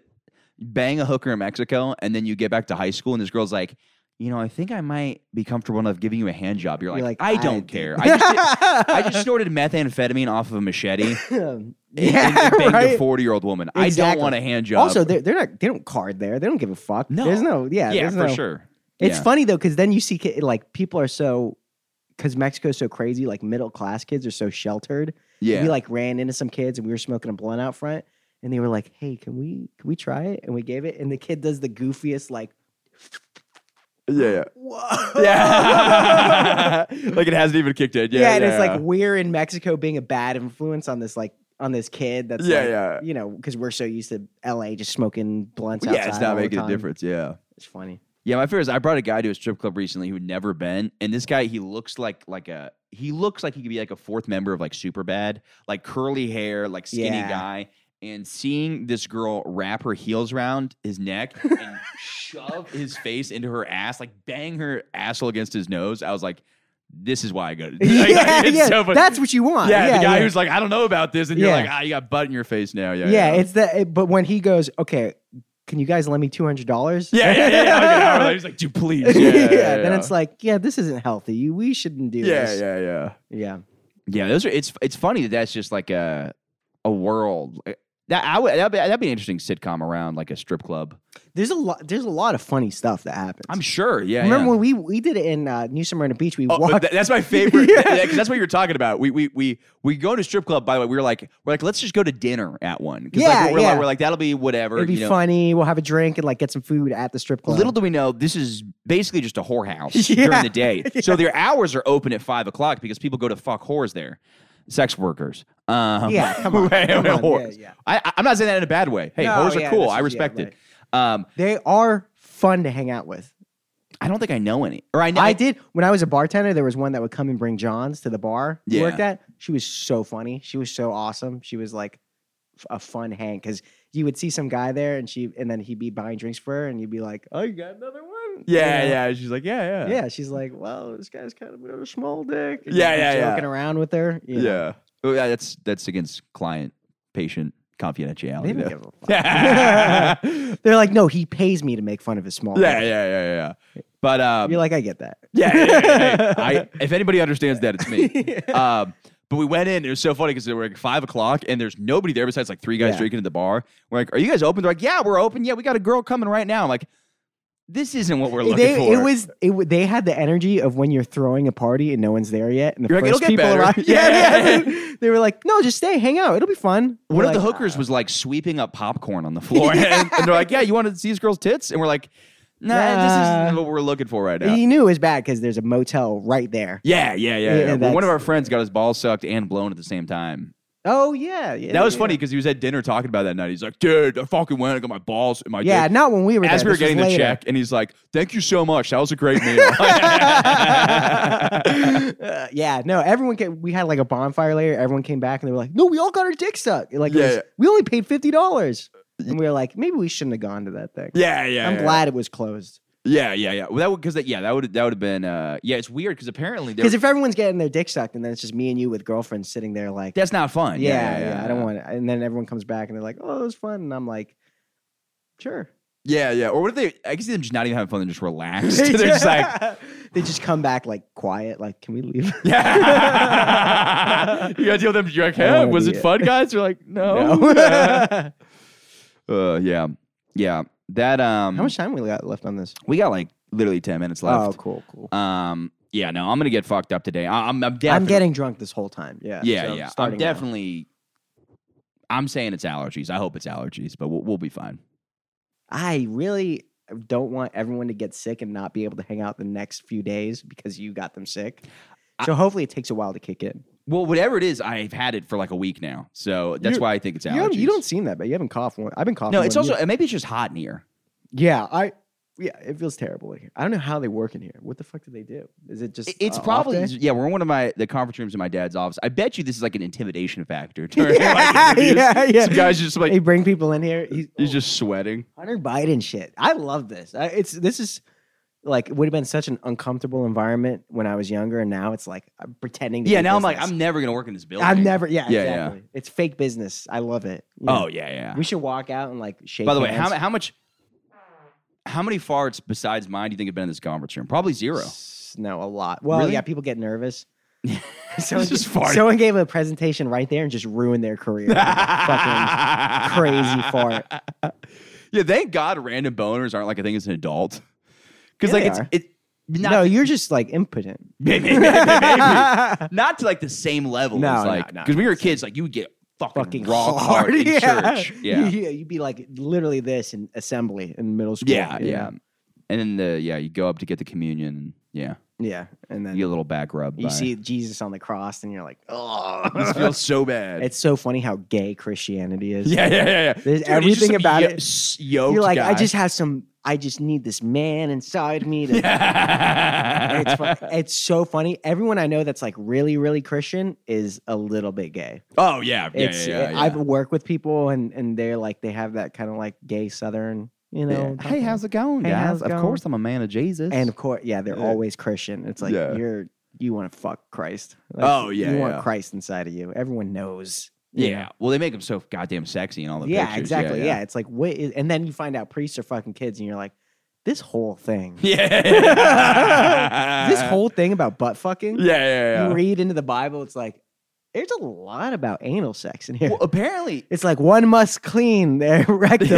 S5: bang a hooker in Mexico, and then you get back to high school, and this girl's like, you know, I think I might be comfortable enough giving you a hand job. You're, like, I don't
S6: did-
S5: care. I just, did- I
S6: [LAUGHS]
S5: just snorted methamphetamine off of a machete. [LAUGHS] and- and
S6: Um, yeah,
S5: banged a
S6: right.
S5: forty-year-old woman. I don't
S6: Exactly.
S5: want a hand job.
S6: Also, they're, they're not. They don't card there. They don't give a fuck.
S5: No.
S6: there's no. Yeah,
S5: yeah,
S6: there's
S5: for
S6: no-
S5: sure.
S6: It's
S5: Yeah.
S6: funny though, because then you see ki- like people are so, because Mexico's so crazy. Like middle class kids are so sheltered.
S5: Yeah,
S6: we like ran into some kids and we were smoking a blunt out front, and they were like, "Hey, can we can we try it?" And we gave it, and the kid does the goofiest like, [LAUGHS]
S5: yeah,
S6: "Whoa."
S5: yeah.
S6: [LAUGHS]
S5: yeah. [LAUGHS] like it hasn't even kicked in.
S6: Yeah,
S5: Yeah,
S6: and it's
S5: yeah.
S6: like we're in Mexico being a bad influence on this like on this kid. That's
S5: Yeah,
S6: like,
S5: yeah.
S6: you know, because we're so used to LA just smoking blunts.
S5: yeah, it's
S6: outside all
S5: not
S6: the
S5: making a
S6: time.
S5: difference. Yeah. [LAUGHS]
S6: It's funny.
S5: Yeah, my fear is I brought a guy to a strip club recently who'd never been, and this guy he looks like like a he looks like he could be like a fourth member of like Superbad, like curly hair, like skinny
S6: Yeah.
S5: guy. And seeing this girl wrap her heels around his
S6: [LAUGHS]
S5: neck and shove his face into her ass, like bang her asshole against his nose, I was like, "This is why
S6: [LAUGHS]
S5: I go." to [LAUGHS]
S6: yeah, yeah.
S5: funny.
S6: that's what you want.
S5: yeah,
S6: yeah
S5: the guy
S6: yeah.
S5: who's like, "I don't know about this," and you're
S6: Yeah.
S5: like, "Ah, you got butt in your face now." Yeah,
S6: yeah, it's that. it- but when he goes, okay, can you guys lend me two hundred dollars?
S5: [LAUGHS] yeah, yeah, yeah. yeah, okay, I was like- he's like, "Dude, please."
S6: [LAUGHS] yeah,
S5: yeah,
S6: Then
S5: yeah.
S6: it's like, yeah, this isn't healthy. You- We shouldn't do
S5: yeah,
S6: this.
S5: yeah, yeah.
S6: yeah.
S5: Yeah, those are. It's it's funny that that's just like a a world Like, that I would that'd be, that'd be an interesting sitcom around like a strip club.
S6: There's a lot. There's a lot of funny stuff that happens.
S5: I'm sure. Yeah,
S6: Remember
S5: yeah.
S6: when we we did it in uh, New Smyrna Beach? We
S5: Oh,
S6: walked. [LAUGHS]
S5: that- that's my favorite.
S6: Yeah.
S5: yeah, 'cause that's what you were talking about. We we we we go to strip club. By the way, we were like we're like let's just go to dinner at one. 'Cause, like,
S6: Yeah,
S5: we're, Like,
S6: yeah.
S5: we're like that'll be whatever.
S6: It'd be
S5: you know.
S6: funny. We'll have a drink and like get some food at the strip club.
S5: Little do we know, this is basically just a
S6: [LAUGHS]
S5: whorehouse
S6: Yeah.
S5: during the day. So their hours are open at five o'clock because people go to fuck whores there, sex workers. Um, [LAUGHS]
S6: Yeah, come on,
S5: whores.
S6: come on, yeah, yeah.
S5: I, I- I'm not saying that in a bad way. Hey,
S6: No,
S5: whores
S6: yeah,
S5: are cool.
S6: this
S5: I
S6: is-
S5: respect
S6: yeah,
S5: it. Um,
S6: they are fun to hang out with.
S5: I don't think I know any, or I know.
S6: I did when I was a bartender. There was one that would come and bring Johns to the bar we
S5: Yeah.
S6: worked at. She was so funny. She was so awesome. She was like f- a fun hang because you would see some guy there, and she and then he'd be buying drinks for her, and you'd be like, "Oh, you got another one?"
S5: yeah,
S6: You know?
S5: yeah. She's like, yeah, yeah,
S6: yeah. She's like, "Well, this guy's kind of got a small dick." and
S5: Yeah,
S6: you'd be
S5: yeah, yeah.
S6: Joking around with her. you know.
S5: Oh, yeah, that's that's against client patient confidentiality.
S6: They don't
S5: though.
S6: give a
S5: [LAUGHS]
S6: fuck. [LAUGHS]
S5: yeah,
S6: They're like, "No, he pays me to make fun of his small."
S5: yeah, yeah,
S6: dick."
S5: yeah, yeah. But um,
S6: You're like, I get that.
S5: Yeah, yeah, yeah, yeah.
S6: [LAUGHS]
S5: I, if anybody understands that, it's me. Um, but we went in. It was so funny because it was like five o'clock, and there's nobody there besides like three guys
S6: Yeah.
S5: drinking at the bar. We're like, "Are you guys open?" They're like, "Yeah, we're open. Yeah, we got a girl coming right now." I'm like, "This isn't what [LAUGHS] we're looking
S6: They,
S5: for."
S6: it was it, w- they had the energy of when you're throwing a party and no one's there yet, and the
S5: You're like,
S6: first
S5: "It'll get
S6: people
S5: better."
S6: arrive.
S5: Yeah.
S6: [LAUGHS] Yeah, yeah. they were like, "No, just stay, hang out. It'll be fun." We're
S5: one of
S6: like, uh,
S5: the hookers was like sweeping up popcorn
S6: [LAUGHS]
S5: on the floor, and, and they're like, "Yeah, you want to see this girl's tits?" And we're like, "Nah, this isn't
S6: Nah.
S5: what we're looking for right now."
S6: He knew it was bad because there's a motel right there.
S5: Yeah, yeah, yeah. yeah,
S6: Yeah,
S5: Well, one of
S6: that's-
S5: our friends got his ball sucked and blown at the same time.
S6: Oh yeah, yeah.
S5: That was
S6: yeah.
S5: funny because he was at dinner talking about that night. He's like, dude, I fucking went. I got my balls and my
S6: Yeah,
S5: dick."
S6: not when we were
S5: As
S6: there.
S5: we were
S6: This was
S5: getting the
S6: later.
S5: check, and he's like, thank you so much. That was a great meal.
S6: [LAUGHS]
S5: [LAUGHS]
S6: Uh, yeah, no, everyone came, we had like a bonfire later. Everyone came back and they were like, "No, we all got our dick sucked." Like, it
S5: Yeah,
S6: was-
S5: yeah.
S6: we only paid fifty dollars, and we were like, maybe we shouldn't have gone to that thing.
S5: yeah, yeah.
S6: I'm
S5: yeah.
S6: glad it was closed.
S5: Yeah, yeah, yeah. Well, that would because that yeah, that would that would have been uh yeah, it's weird because apparently there-
S6: Because if everyone's getting their dick sucked and then it's just me and you with girlfriends sitting there like,
S5: that's not fun.
S6: yeah, yeah, I don't want it. And then everyone comes back and they're like, oh, it was fun. And I'm like, sure.
S5: Yeah, yeah. Or what if they I guess they're just not even having fun, they're just
S6: [LAUGHS]
S5: relaxed. [LAUGHS] they're just like
S6: they just come back like quiet, like, can we
S5: [LAUGHS]
S6: leave? [LAUGHS]
S5: Yeah. you gotta deal with them. You're like,
S6: don't
S5: hey,
S6: wanna
S5: was
S6: be
S5: it
S6: it."
S5: fun, guys? You're
S6: [LAUGHS]
S5: like, no.
S6: No.
S5: [LAUGHS] uh yeah. Yeah. That um
S6: How much time we got left on this?
S5: we got like literally ten minutes left.
S6: Oh, cool, cool.
S5: Um, yeah, no, I'm gonna get fucked up today. I, I'm, I'm,
S6: I'm
S5: definitely,
S6: getting drunk this whole time. Yeah.
S5: yeah,
S6: so
S5: yeah. I'm
S6: starting now.
S5: definitely. I'm saying it's allergies. I hope it's allergies, but we'll, we'll be fine.
S6: I really don't want everyone to get sick and not be able to hang out the next few days because you got them sick. So hopefully it takes a while to kick in.
S5: Well, whatever it is, I've had it for like a week now, so that's
S6: You-
S5: why I think it's
S6: You
S5: allergies.
S6: don't, you don't seem that bad. You haven't coughed one. I've been coughing.
S5: No,
S6: one
S5: it's
S6: year.
S5: also maybe it's just hot in here.
S6: Yeah, I yeah, it feels terrible. in here. I don't know how they work in here. What the fuck do they do? Is it just
S5: It- It's
S6: a off
S5: probably
S6: day?
S5: yeah. We're in one of my the conference rooms in my dad's office. I bet you this is like an intimidation [LAUGHS] factor. during,
S6: yeah,
S5: like, interviews.
S6: yeah, yeah.
S5: Some guys just
S6: they
S5: like
S6: bring people in here. He's,
S5: he's just sweating.
S6: Hunter Biden shit. I love this. I, it's this is like it would have been such an uncomfortable environment when I was younger, and now it's like I'm pretending. To
S5: Yeah.
S6: do
S5: Now I'm like
S6: business.
S5: I'm never gonna work in this building.
S6: I've never. Yeah,
S5: Yeah, yeah.
S6: exactly. It's fake business. I love it. You know,
S5: Oh yeah, yeah.
S6: we should walk out and like shake.
S5: By the way, how,
S6: hands.
S5: mu- how much, how many farts besides mine do you think have been in this conference room? Probably zero.
S6: S- No, a lot. Well,
S5: Really?
S6: yeah, people
S5: [LAUGHS]
S6: get nervous.
S5: It's just farting.
S6: someone gave a presentation right there and just ruined their career. [LAUGHS]
S5: [LAUGHS]
S6: Fucking crazy [LAUGHS] fart.
S5: Yeah, thank God random boners aren't like a thing as an adult. Because like
S6: Yeah, they
S5: it's
S6: are.
S5: it not
S6: no, you're just like [LAUGHS] impotent.
S5: [LAUGHS] maybe, maybe, maybe. [LAUGHS] not to like the same level.
S6: No,
S5: as,
S6: no,
S5: like
S6: no.
S5: because when we were kids, like you would get fucking,
S6: fucking
S5: raw
S6: [LAUGHS] hard,
S5: hard in
S6: yeah. [LAUGHS]
S5: church. Yeah.
S6: You- you'd be like literally this in assembly in middle school.
S5: Yeah,
S6: you
S5: yeah.
S6: know?
S5: And then the yeah, you go up to get the communion. and Yeah,
S6: yeah. And then
S5: you get a little back rub.
S6: you
S5: by-
S6: see Jesus on the cross, and you're like, oh,
S5: [LAUGHS] this feels so bad.
S6: it's so funny how gay Christianity is.
S5: yeah, yeah, yeah, yeah.
S6: There's
S5: it's
S6: everything
S5: just some
S6: about
S5: yo-
S6: it.
S5: s- Yoked
S6: you're like, I
S5: guy. [LAUGHS]
S6: just have some. I just need this man inside me to it's, fu- it's so funny. Everyone I know that's like really, really Christian is a little bit gay.
S5: oh yeah, yeah,
S6: It's eh,
S5: yeah, yeah,
S6: I've
S5: yeah.
S6: worked with people and and they're like they have that kind of like gay Southern, you know.
S5: Hey, how's it going,
S6: Hey,
S5: guys?
S6: how's it
S5: of
S6: going?
S5: course, I'm a man of Jesus.
S6: and of course, yeah, they're
S5: Yeah.
S6: always Christian. It's like
S5: Yeah.
S6: you're you want to fuck Christ. Like,
S5: Oh, yeah,
S6: you want
S5: yeah.
S6: Christ inside of you. Everyone knows. you
S5: yeah.
S6: know?
S5: well, they make him so goddamn sexy and all the
S6: yeah,
S5: pictures.
S6: exactly. Yeah, it's like what, is, and then you find out priests are fucking kids, and you're like, this whole thing,
S5: [LAUGHS] yeah.
S6: [LAUGHS] this whole thing about butt fucking.
S5: yeah, yeah,
S6: You
S5: yeah.
S6: read into the Bible, it's like there's a lot about anal sex in here.
S5: Well, apparently,
S6: It's like one must clean [LAUGHS] their
S5: [LAUGHS]
S6: rectum.
S5: [LAUGHS]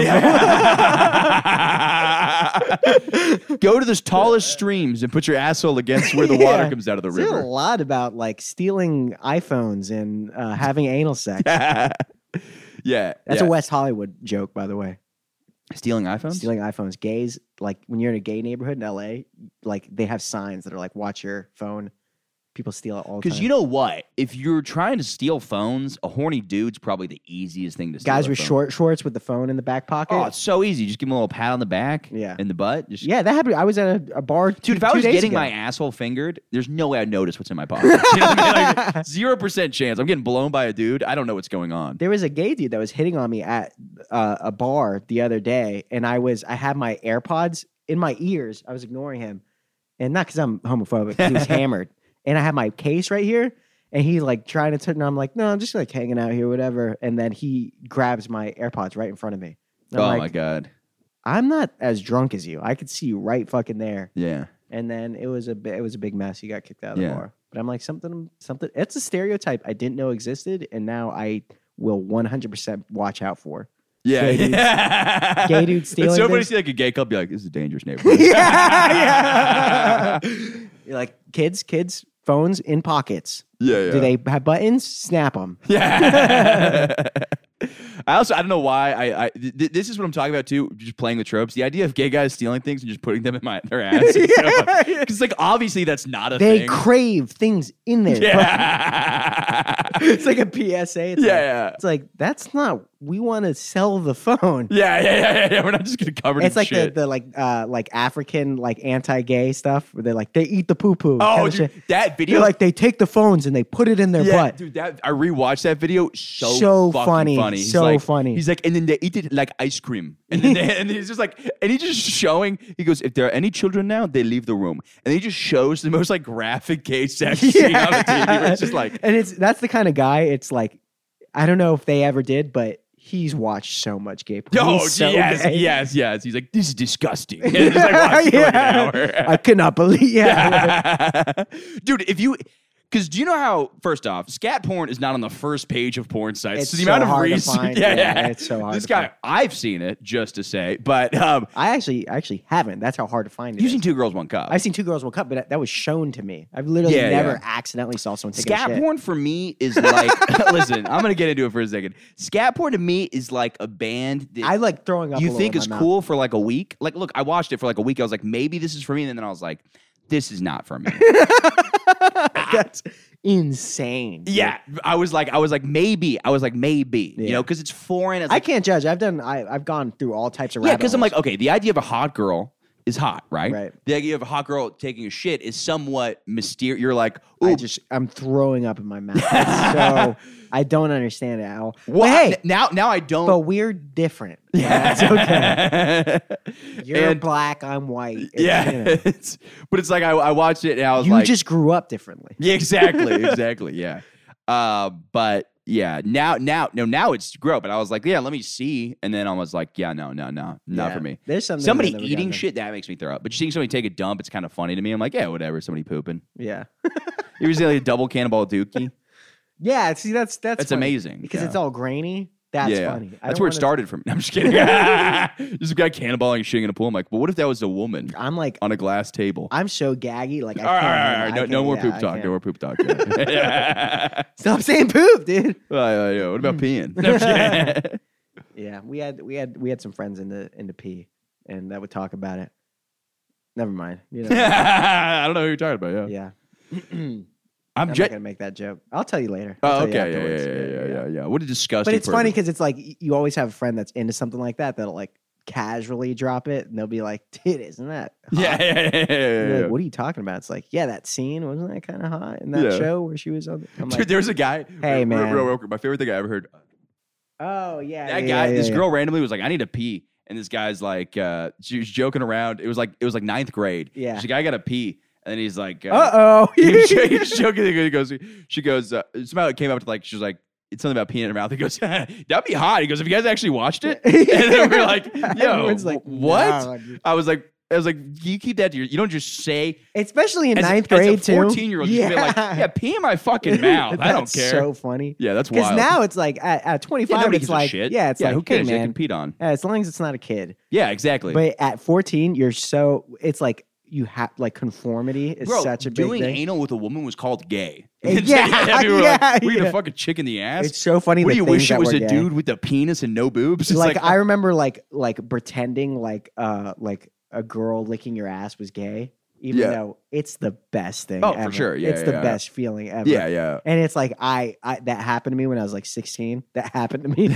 S5: Go to the tallest streams and put your asshole against where the water
S6: [LAUGHS] Yeah.
S5: comes out of the
S6: There's a
S5: river. [LAUGHS]
S6: lot about like stealing iPhones and uh, having anal sex.
S5: [LAUGHS] yeah.
S6: That's
S5: yeah.
S6: a West Hollywood joke, by the way.
S5: Stealing iPhones?
S6: Stealing iPhones. Gays, like when you're in a gay neighborhood in LA, like they have signs that are like, watch your phone. People steal it all the time.
S5: Because you know what? If you're trying to steal phones, a horny dude's probably the easiest thing to steal.
S6: guys
S5: a
S6: with
S5: phone.
S6: short shorts with the phone in the back pocket.
S5: Oh, it's so easy. Just give him a little pat on the back.
S6: Yeah.
S5: In the butt. Just
S6: yeah, that happened. I was at a, a bar.
S5: Dude,
S6: two-
S5: if I
S6: two
S5: was
S6: days
S5: getting
S6: ago.
S5: my asshole fingered, there's no way I'd notice what's in my pocket. [LAUGHS] You know what I mean?
S6: [LAUGHS]
S5: Like, Zero percent chance. I'm getting blown by a dude. I don't know what's going on.
S6: there was a gay dude that was hitting on me at uh, a bar the other day, and I was I had my AirPods in my ears. I was ignoring him, and not because I'm homophobic. 'cause
S5: [LAUGHS]
S6: He was hammered, and I had my case right here, and he like trying to turn. And I'm like, no, I'm just like hanging out here, whatever. And then he grabs my AirPods right in front of me. And
S5: Oh
S6: I'm
S5: my
S6: like,
S5: god.
S6: I'm not as drunk as you. I could see you right fucking there.
S5: Yeah.
S6: And then it was a bi- it was a big mess. He got kicked out of
S5: Yeah.
S6: the bar. But I'm like something something. It's a stereotype I didn't know existed, and now I will 100% watch out for.
S5: Yeah.
S6: Gay dudes-
S5: yeah. [LAUGHS]
S6: gay dudes
S5: And
S6: stealing
S5: somebody
S6: things.
S5: see like a gay couple be like, this is a
S6: [LAUGHS]
S5: dangerous neighborhood. [LAUGHS]
S6: yeah, yeah. You're like kids, kids, phones in pockets.
S5: Yeah, yeah.
S6: Do they have buttons? Snap them. [LAUGHS]
S5: Yeah. I also I don't know why I, I th- th- this is what I'm talking about too. Just playing the tropes. The idea of gay guys stealing things and just putting them in my
S6: [LAUGHS]
S5: their ass. Because like obviously that's not a
S6: They
S5: thing.
S6: crave things in
S5: [LAUGHS]
S6: there.
S5: yeah.
S6: [LAUGHS] It's like a PSA. It's Like,
S5: yeah.
S6: it's like that's not. We want to sell the phone.
S5: Yeah, yeah, yeah, yeah, yeah. We're not just gonna cover it.
S6: It's
S5: in
S6: like the,
S5: shit.
S6: the like uh like African like anti-gay stuff where they like they eat the poo poo.
S5: oh, dude, that video.
S6: They're like they take the phones and they put it in their
S5: yeah,
S6: butt.
S5: dude, that I rewatched that video. So,
S6: So
S5: fucking
S6: funny,
S5: funny. He's
S6: so
S5: like-
S6: funny.
S5: He's like, and then they eat it like ice cream, and then
S6: [LAUGHS]
S5: they, and he's just like, and he's just showing. He goes, if there are any children now, they leave the room, and he just shows the most like graphic gay
S6: [LAUGHS]
S5: sex scene on the TV. where It's just like,
S6: and it's that's the kind of guy. It's like I don't know if they ever did, but he's watched so much gay porn.
S5: oh
S6: He's so
S5: yes,
S6: gay. [LAUGHS]
S5: yes, yes. He's like, this is disgusting. [LAUGHS] And he's like, watch for like
S6: Yeah.
S5: an hour.
S6: [LAUGHS] I cannot believe. Yeah,
S5: [LAUGHS] Dude, if you because do you know how? First off, scat porn is not on the first page of porn sites.
S6: It's
S5: so the
S6: so
S5: amount of
S6: hard to
S5: research, [LAUGHS]
S6: find.
S5: yeah,
S6: Yeah,
S5: yeah.
S6: it's so hard
S5: This
S6: to
S5: guy,
S6: find.
S5: I've seen it just to say, but um,
S6: I actually I actually haven't. That's how hard to find it.
S5: using
S6: is.
S5: two girls, one cup.
S6: I've seen two girls one cup, but that was shown to me. I've literally
S5: Yeah,
S6: never
S5: yeah.
S6: accidentally saw someone taking
S5: Scat
S6: a shit.
S5: porn for me is
S6: [LAUGHS]
S5: like, [LAUGHS] listen, I'm gonna get into it for a second. Scat porn to me is like a band that
S6: I like throwing up. a
S5: you
S6: little
S5: think
S6: in
S5: is
S6: my mouth.
S5: cool for like a week. Like, look, I watched it for like a week. I was like, maybe this is for me, and then I was like, this is not
S6: [LAUGHS]
S5: for me.
S6: That's insane. dude.
S5: yeah, I was like, I was like, maybe, I was like, maybe, you
S6: Yeah.
S5: know, because it's foreign. It's
S6: I
S5: like,
S6: can't judge. I've done. I, I've gone through all types of.
S5: Yeah,
S6: rabbit
S5: because I'm
S6: holes.
S5: like, okay, the idea of a hot girl is hot, right?
S6: Right.
S5: The idea of a hot girl taking a shit is somewhat mysterious. You're like, ooh,
S6: I just I'm throwing up in my mouth. It's
S5: [LAUGHS]
S6: so I don't understand it at all. But
S5: what?
S6: hey,
S5: now, now I don't.
S6: but we're different.
S5: [LAUGHS] yeah,
S6: That's okay.
S5: [LAUGHS] okay.
S6: You're
S5: and,
S6: black. I'm white. It's,
S5: yeah,
S6: you, know,
S5: it's- but it's like I, I watched it and [LAUGHS] I was
S6: you
S5: like,
S6: just grew up differently.
S5: [LAUGHS] Yeah, exactly,
S6: [LAUGHS]
S5: exactly. Yeah. Uh, but yeah, now, now, no, now it's grow. But I was like, yeah, let me see, and then I was like, yeah, no, no, no, not
S6: Yeah.
S5: for me.
S6: There's something
S5: Somebody
S6: there that we
S5: eating
S6: gotta-
S5: shit that makes me throw up. But you seeing somebody take a dump, it's kind of funny to me. I'm like, yeah, whatever. Somebody pooping.
S6: Yeah.
S5: [LAUGHS] You ever see like a double cannonball dookie?
S6: Yeah. See, that's [LAUGHS] that's
S5: That's
S6: funny.
S5: amazing,
S6: because
S5: yeah.
S6: it's all grainy. That's
S5: yeah,
S6: funny. I
S5: that's
S6: don't
S5: where it
S6: wanna-
S5: started from. [LAUGHS] I'm just kidding. [LAUGHS] There's a guy cannonballing and shitting in a pool. I'm like, well, what if that was a woman
S6: [LAUGHS] I'm like
S5: on a glass table?
S6: I'm so gaggy. Like I
S5: all right,
S6: can't.
S5: all right, all
S6: handle-
S5: right.
S6: I
S5: No,
S6: can't-
S5: no more
S6: yeah,
S5: poop
S6: I
S5: talk.
S6: can't.
S5: No more poop talk. Yeah.
S6: [LAUGHS]
S5: [LAUGHS]
S6: Stop saying poop, dude.
S5: Uh, yeah, what
S6: Hmm.
S5: about peeing? No, I'm just kidding.
S6: Yeah, we had we had we had some friends in the in the P, and that would talk about it. Never mind.
S5: [LAUGHS]
S6: You know, [LAUGHS] yeah,
S5: I don't know who you're talking about. Yeah,
S6: [CLEARS THROAT] I'm,
S5: I'm,
S6: not
S5: just.
S6: gonna make that joke. I'll tell you later. I'll
S5: Oh,
S6: tell you
S5: okay. Yeah,
S6: afterwards.
S5: yeah, yeah, yeah, yeah, yeah. What a disgusting.
S6: But it's funny
S5: pervert.
S6: because it's like y- you always have a friend that's into something like that that'll like casually drop it, and they'll be like, "Dude, isn't that?" hot?"
S5: [LAUGHS] Yeah, yeah, yeah, yeah,
S6: And
S5: yeah,
S6: you're
S5: yeah.
S6: like, what are you talking about? It's like, yeah, that scene wasn't that kind of hot in that
S5: Yeah.
S6: show where she was on. The, I'm
S5: Dude,
S6: like,
S5: there was a guy.
S6: Hey,
S5: real-
S6: man.
S5: real- real quick, my favorite thing I ever heard.
S6: oh yeah,
S5: That guy,
S6: yeah, yeah,
S5: this
S6: yeah. [LAUGHS]
S5: girl randomly was like, "I need to pee," and this guy's like, uh, she was joking around. It was like, it was like ninth grade.
S6: Yeah.
S5: she's like, "I got to pee," and then he's like,
S6: Uh oh,
S5: [LAUGHS] he was jo-
S6: [LAUGHS]
S5: he was joking. He goes, she goes, uh, somehow it came up to like, she was like, it's something about peeing in her mouth. He goes, [LAUGHS] that'd be hot. He goes, have you guys actually watched
S6: [LAUGHS]
S5: it? And then we're like, yo,
S6: Everyone's like,
S5: what?
S6: "Nah."
S5: I was like, I was like, you keep that to your, you don't just say
S6: especially in
S5: as a-
S6: ninth grade
S5: as a 14
S6: too.
S5: year old, you yeah. be like, yeah, pee in my
S6: [LAUGHS]
S5: fucking mouth. I don't
S6: That's
S5: care.
S6: So funny.
S5: yeah, that's
S6: Because
S5: wild.
S6: now it's like at, at 25,
S5: yeah, nobody
S6: it's
S5: gives
S6: like
S5: a shit.
S6: yeah, it's like
S5: who cares?
S6: Hey,
S5: I can
S6: man,
S5: peed on.
S6: yeah, as long as it's not a kid.
S5: Yeah, exactly.
S6: But at 14, you're so it's like you have like conformity is
S5: Bro,
S6: such a big
S5: doing
S6: thing.
S5: anal with a woman was called gay.
S6: [LAUGHS] Yeah,
S5: people were like,
S6: yeah,
S5: we
S6: yeah.
S5: gonna fuck a chick in the ass.
S6: It's so funny.
S5: What do
S6: the
S5: you
S6: things
S5: wish
S6: that
S5: it was
S6: were
S5: a
S6: gay.
S5: dude [LAUGHS] with a penis and no boobs? It's
S6: Like,
S5: like, uh oh,
S6: I remember like like pretending like uh like a girl licking your ass was gay, even
S5: Yeah.
S6: though it's the best thing.
S5: Oh, for
S6: ever.
S5: sure. Yeah,
S6: it's
S5: yeah,
S6: the
S5: yeah.
S6: best feeling ever.
S5: yeah, yeah.
S6: And it's like I, I that happened to me when I was like 16. That happened
S5: [LAUGHS]
S6: to me. [LAUGHS]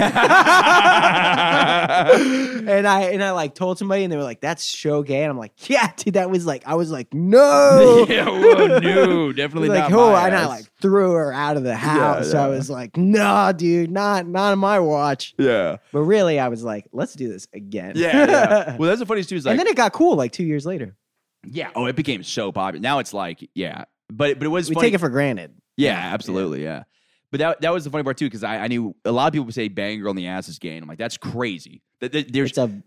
S6: and I and I like told somebody and they were like, that's so gay. And I'm like, yeah, dude, that was like I was like, no.
S5: [LAUGHS]
S6: [LAUGHS]
S5: yeah, well,
S6: I
S5: no,
S6: was
S5: definitely
S6: Oh. like,
S5: not.
S6: oh,
S5: my
S6: and I
S5: ass.
S6: like threw her out of the
S5: [LAUGHS]
S6: house.
S5: yeah.
S6: I was like, nah, dude, not not on my watch.
S5: yeah,
S6: But really, I was like, let's do this again. [LAUGHS]
S5: yeah, yeah. Well, that's the funniest too. Is like,
S6: and then it got cool like two years later.
S5: yeah, oh, it became so popular. Now it's like, yeah, but but it was
S6: we
S5: funny.
S6: take it for granted.
S5: yeah, absolutely, yeah. But that that was the funny part too, because I, I knew a lot of people would say bang girl in the ass is gay, and I'm like, that's crazy. That, that there's
S6: It's a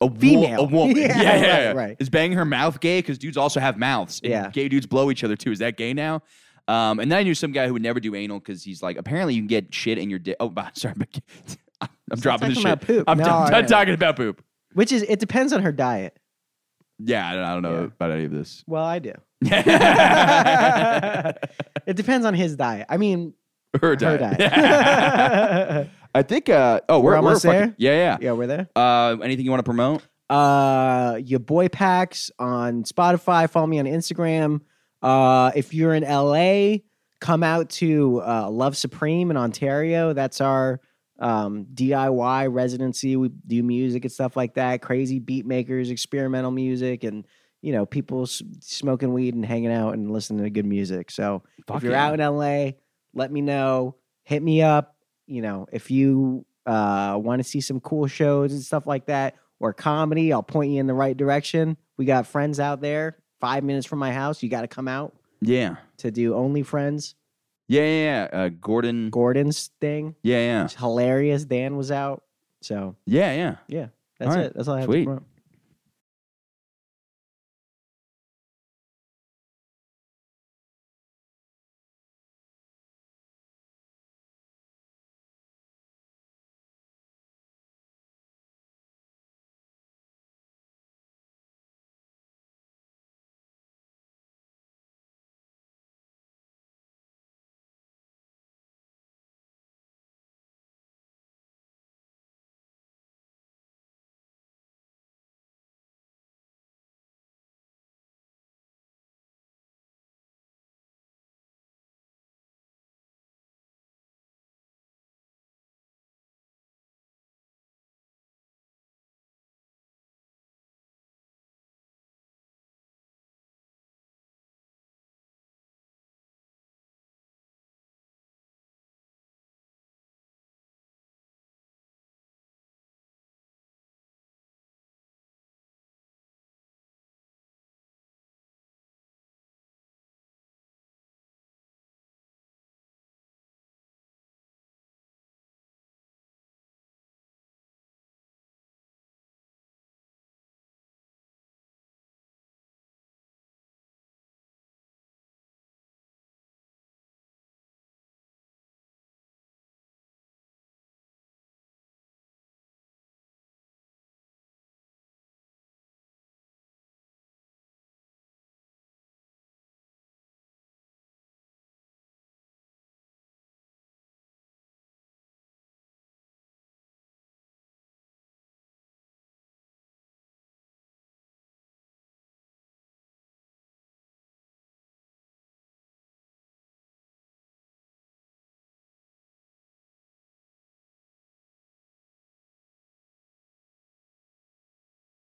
S5: a wo-
S6: female.
S5: a woman.
S6: [LAUGHS] Yeah,
S5: yeah, yeah,
S6: right,
S5: yeah.
S6: right.
S5: Is banging her mouth gay? Because dudes also have mouths. and
S6: Yeah.
S5: gay dudes blow each other too. Is that gay now? Um, and then I knew some guy who would never do anal because he's like, apparently you can get shit in your dick. Oh, [LAUGHS] but- sorry, but I'm dropping this
S6: talking
S5: shit.
S6: about poop.
S5: I'm
S6: No,
S5: done-
S6: I
S5: done
S6: know.
S5: talking about poop.
S6: which is it depends on her diet.
S5: Yeah, I don't, I don't know
S6: Yeah.
S5: about any of
S6: [LAUGHS]
S5: this.
S6: Well, I do.
S5: Her
S6: It depends on his diet. I mean,
S5: diet.
S6: her diet.
S5: [LAUGHS]
S6: [LAUGHS]
S5: I think. Uh, oh, we're,
S6: We're almost
S5: fucking-
S6: there?
S5: Yeah, yeah.
S6: yeah, we're there.
S5: Uh, anything you want to promote?
S6: Uh, your boy packs on Spotify. Follow me on Instagram. Uh, if you're in LA, come out to uh, Love Supreme in Ontario. That's our um, DIY residency. We do music and stuff like that. Crazy beat makers, experimental music, and you know people s- smoking weed and hanging out and listening to good music. So
S5: Fuck
S6: if you're
S5: yeah.
S6: out in LA, let me know. Hit me up. You know, if you uh, want to see some cool shows and stuff like that, or comedy, I'll point you in the right direction. We got friends out there, five minutes from my house. You got to come out
S5: Yeah,
S6: to do Only Friends,
S5: yeah, yeah. yeah. Uh, Gordon.
S6: Gordon's thing.
S5: yeah, yeah,
S6: It's hilarious. Dan was out. So
S5: yeah, yeah.
S6: that's
S5: All right.
S6: it. That's all I have.
S5: Sweet.
S6: To promote.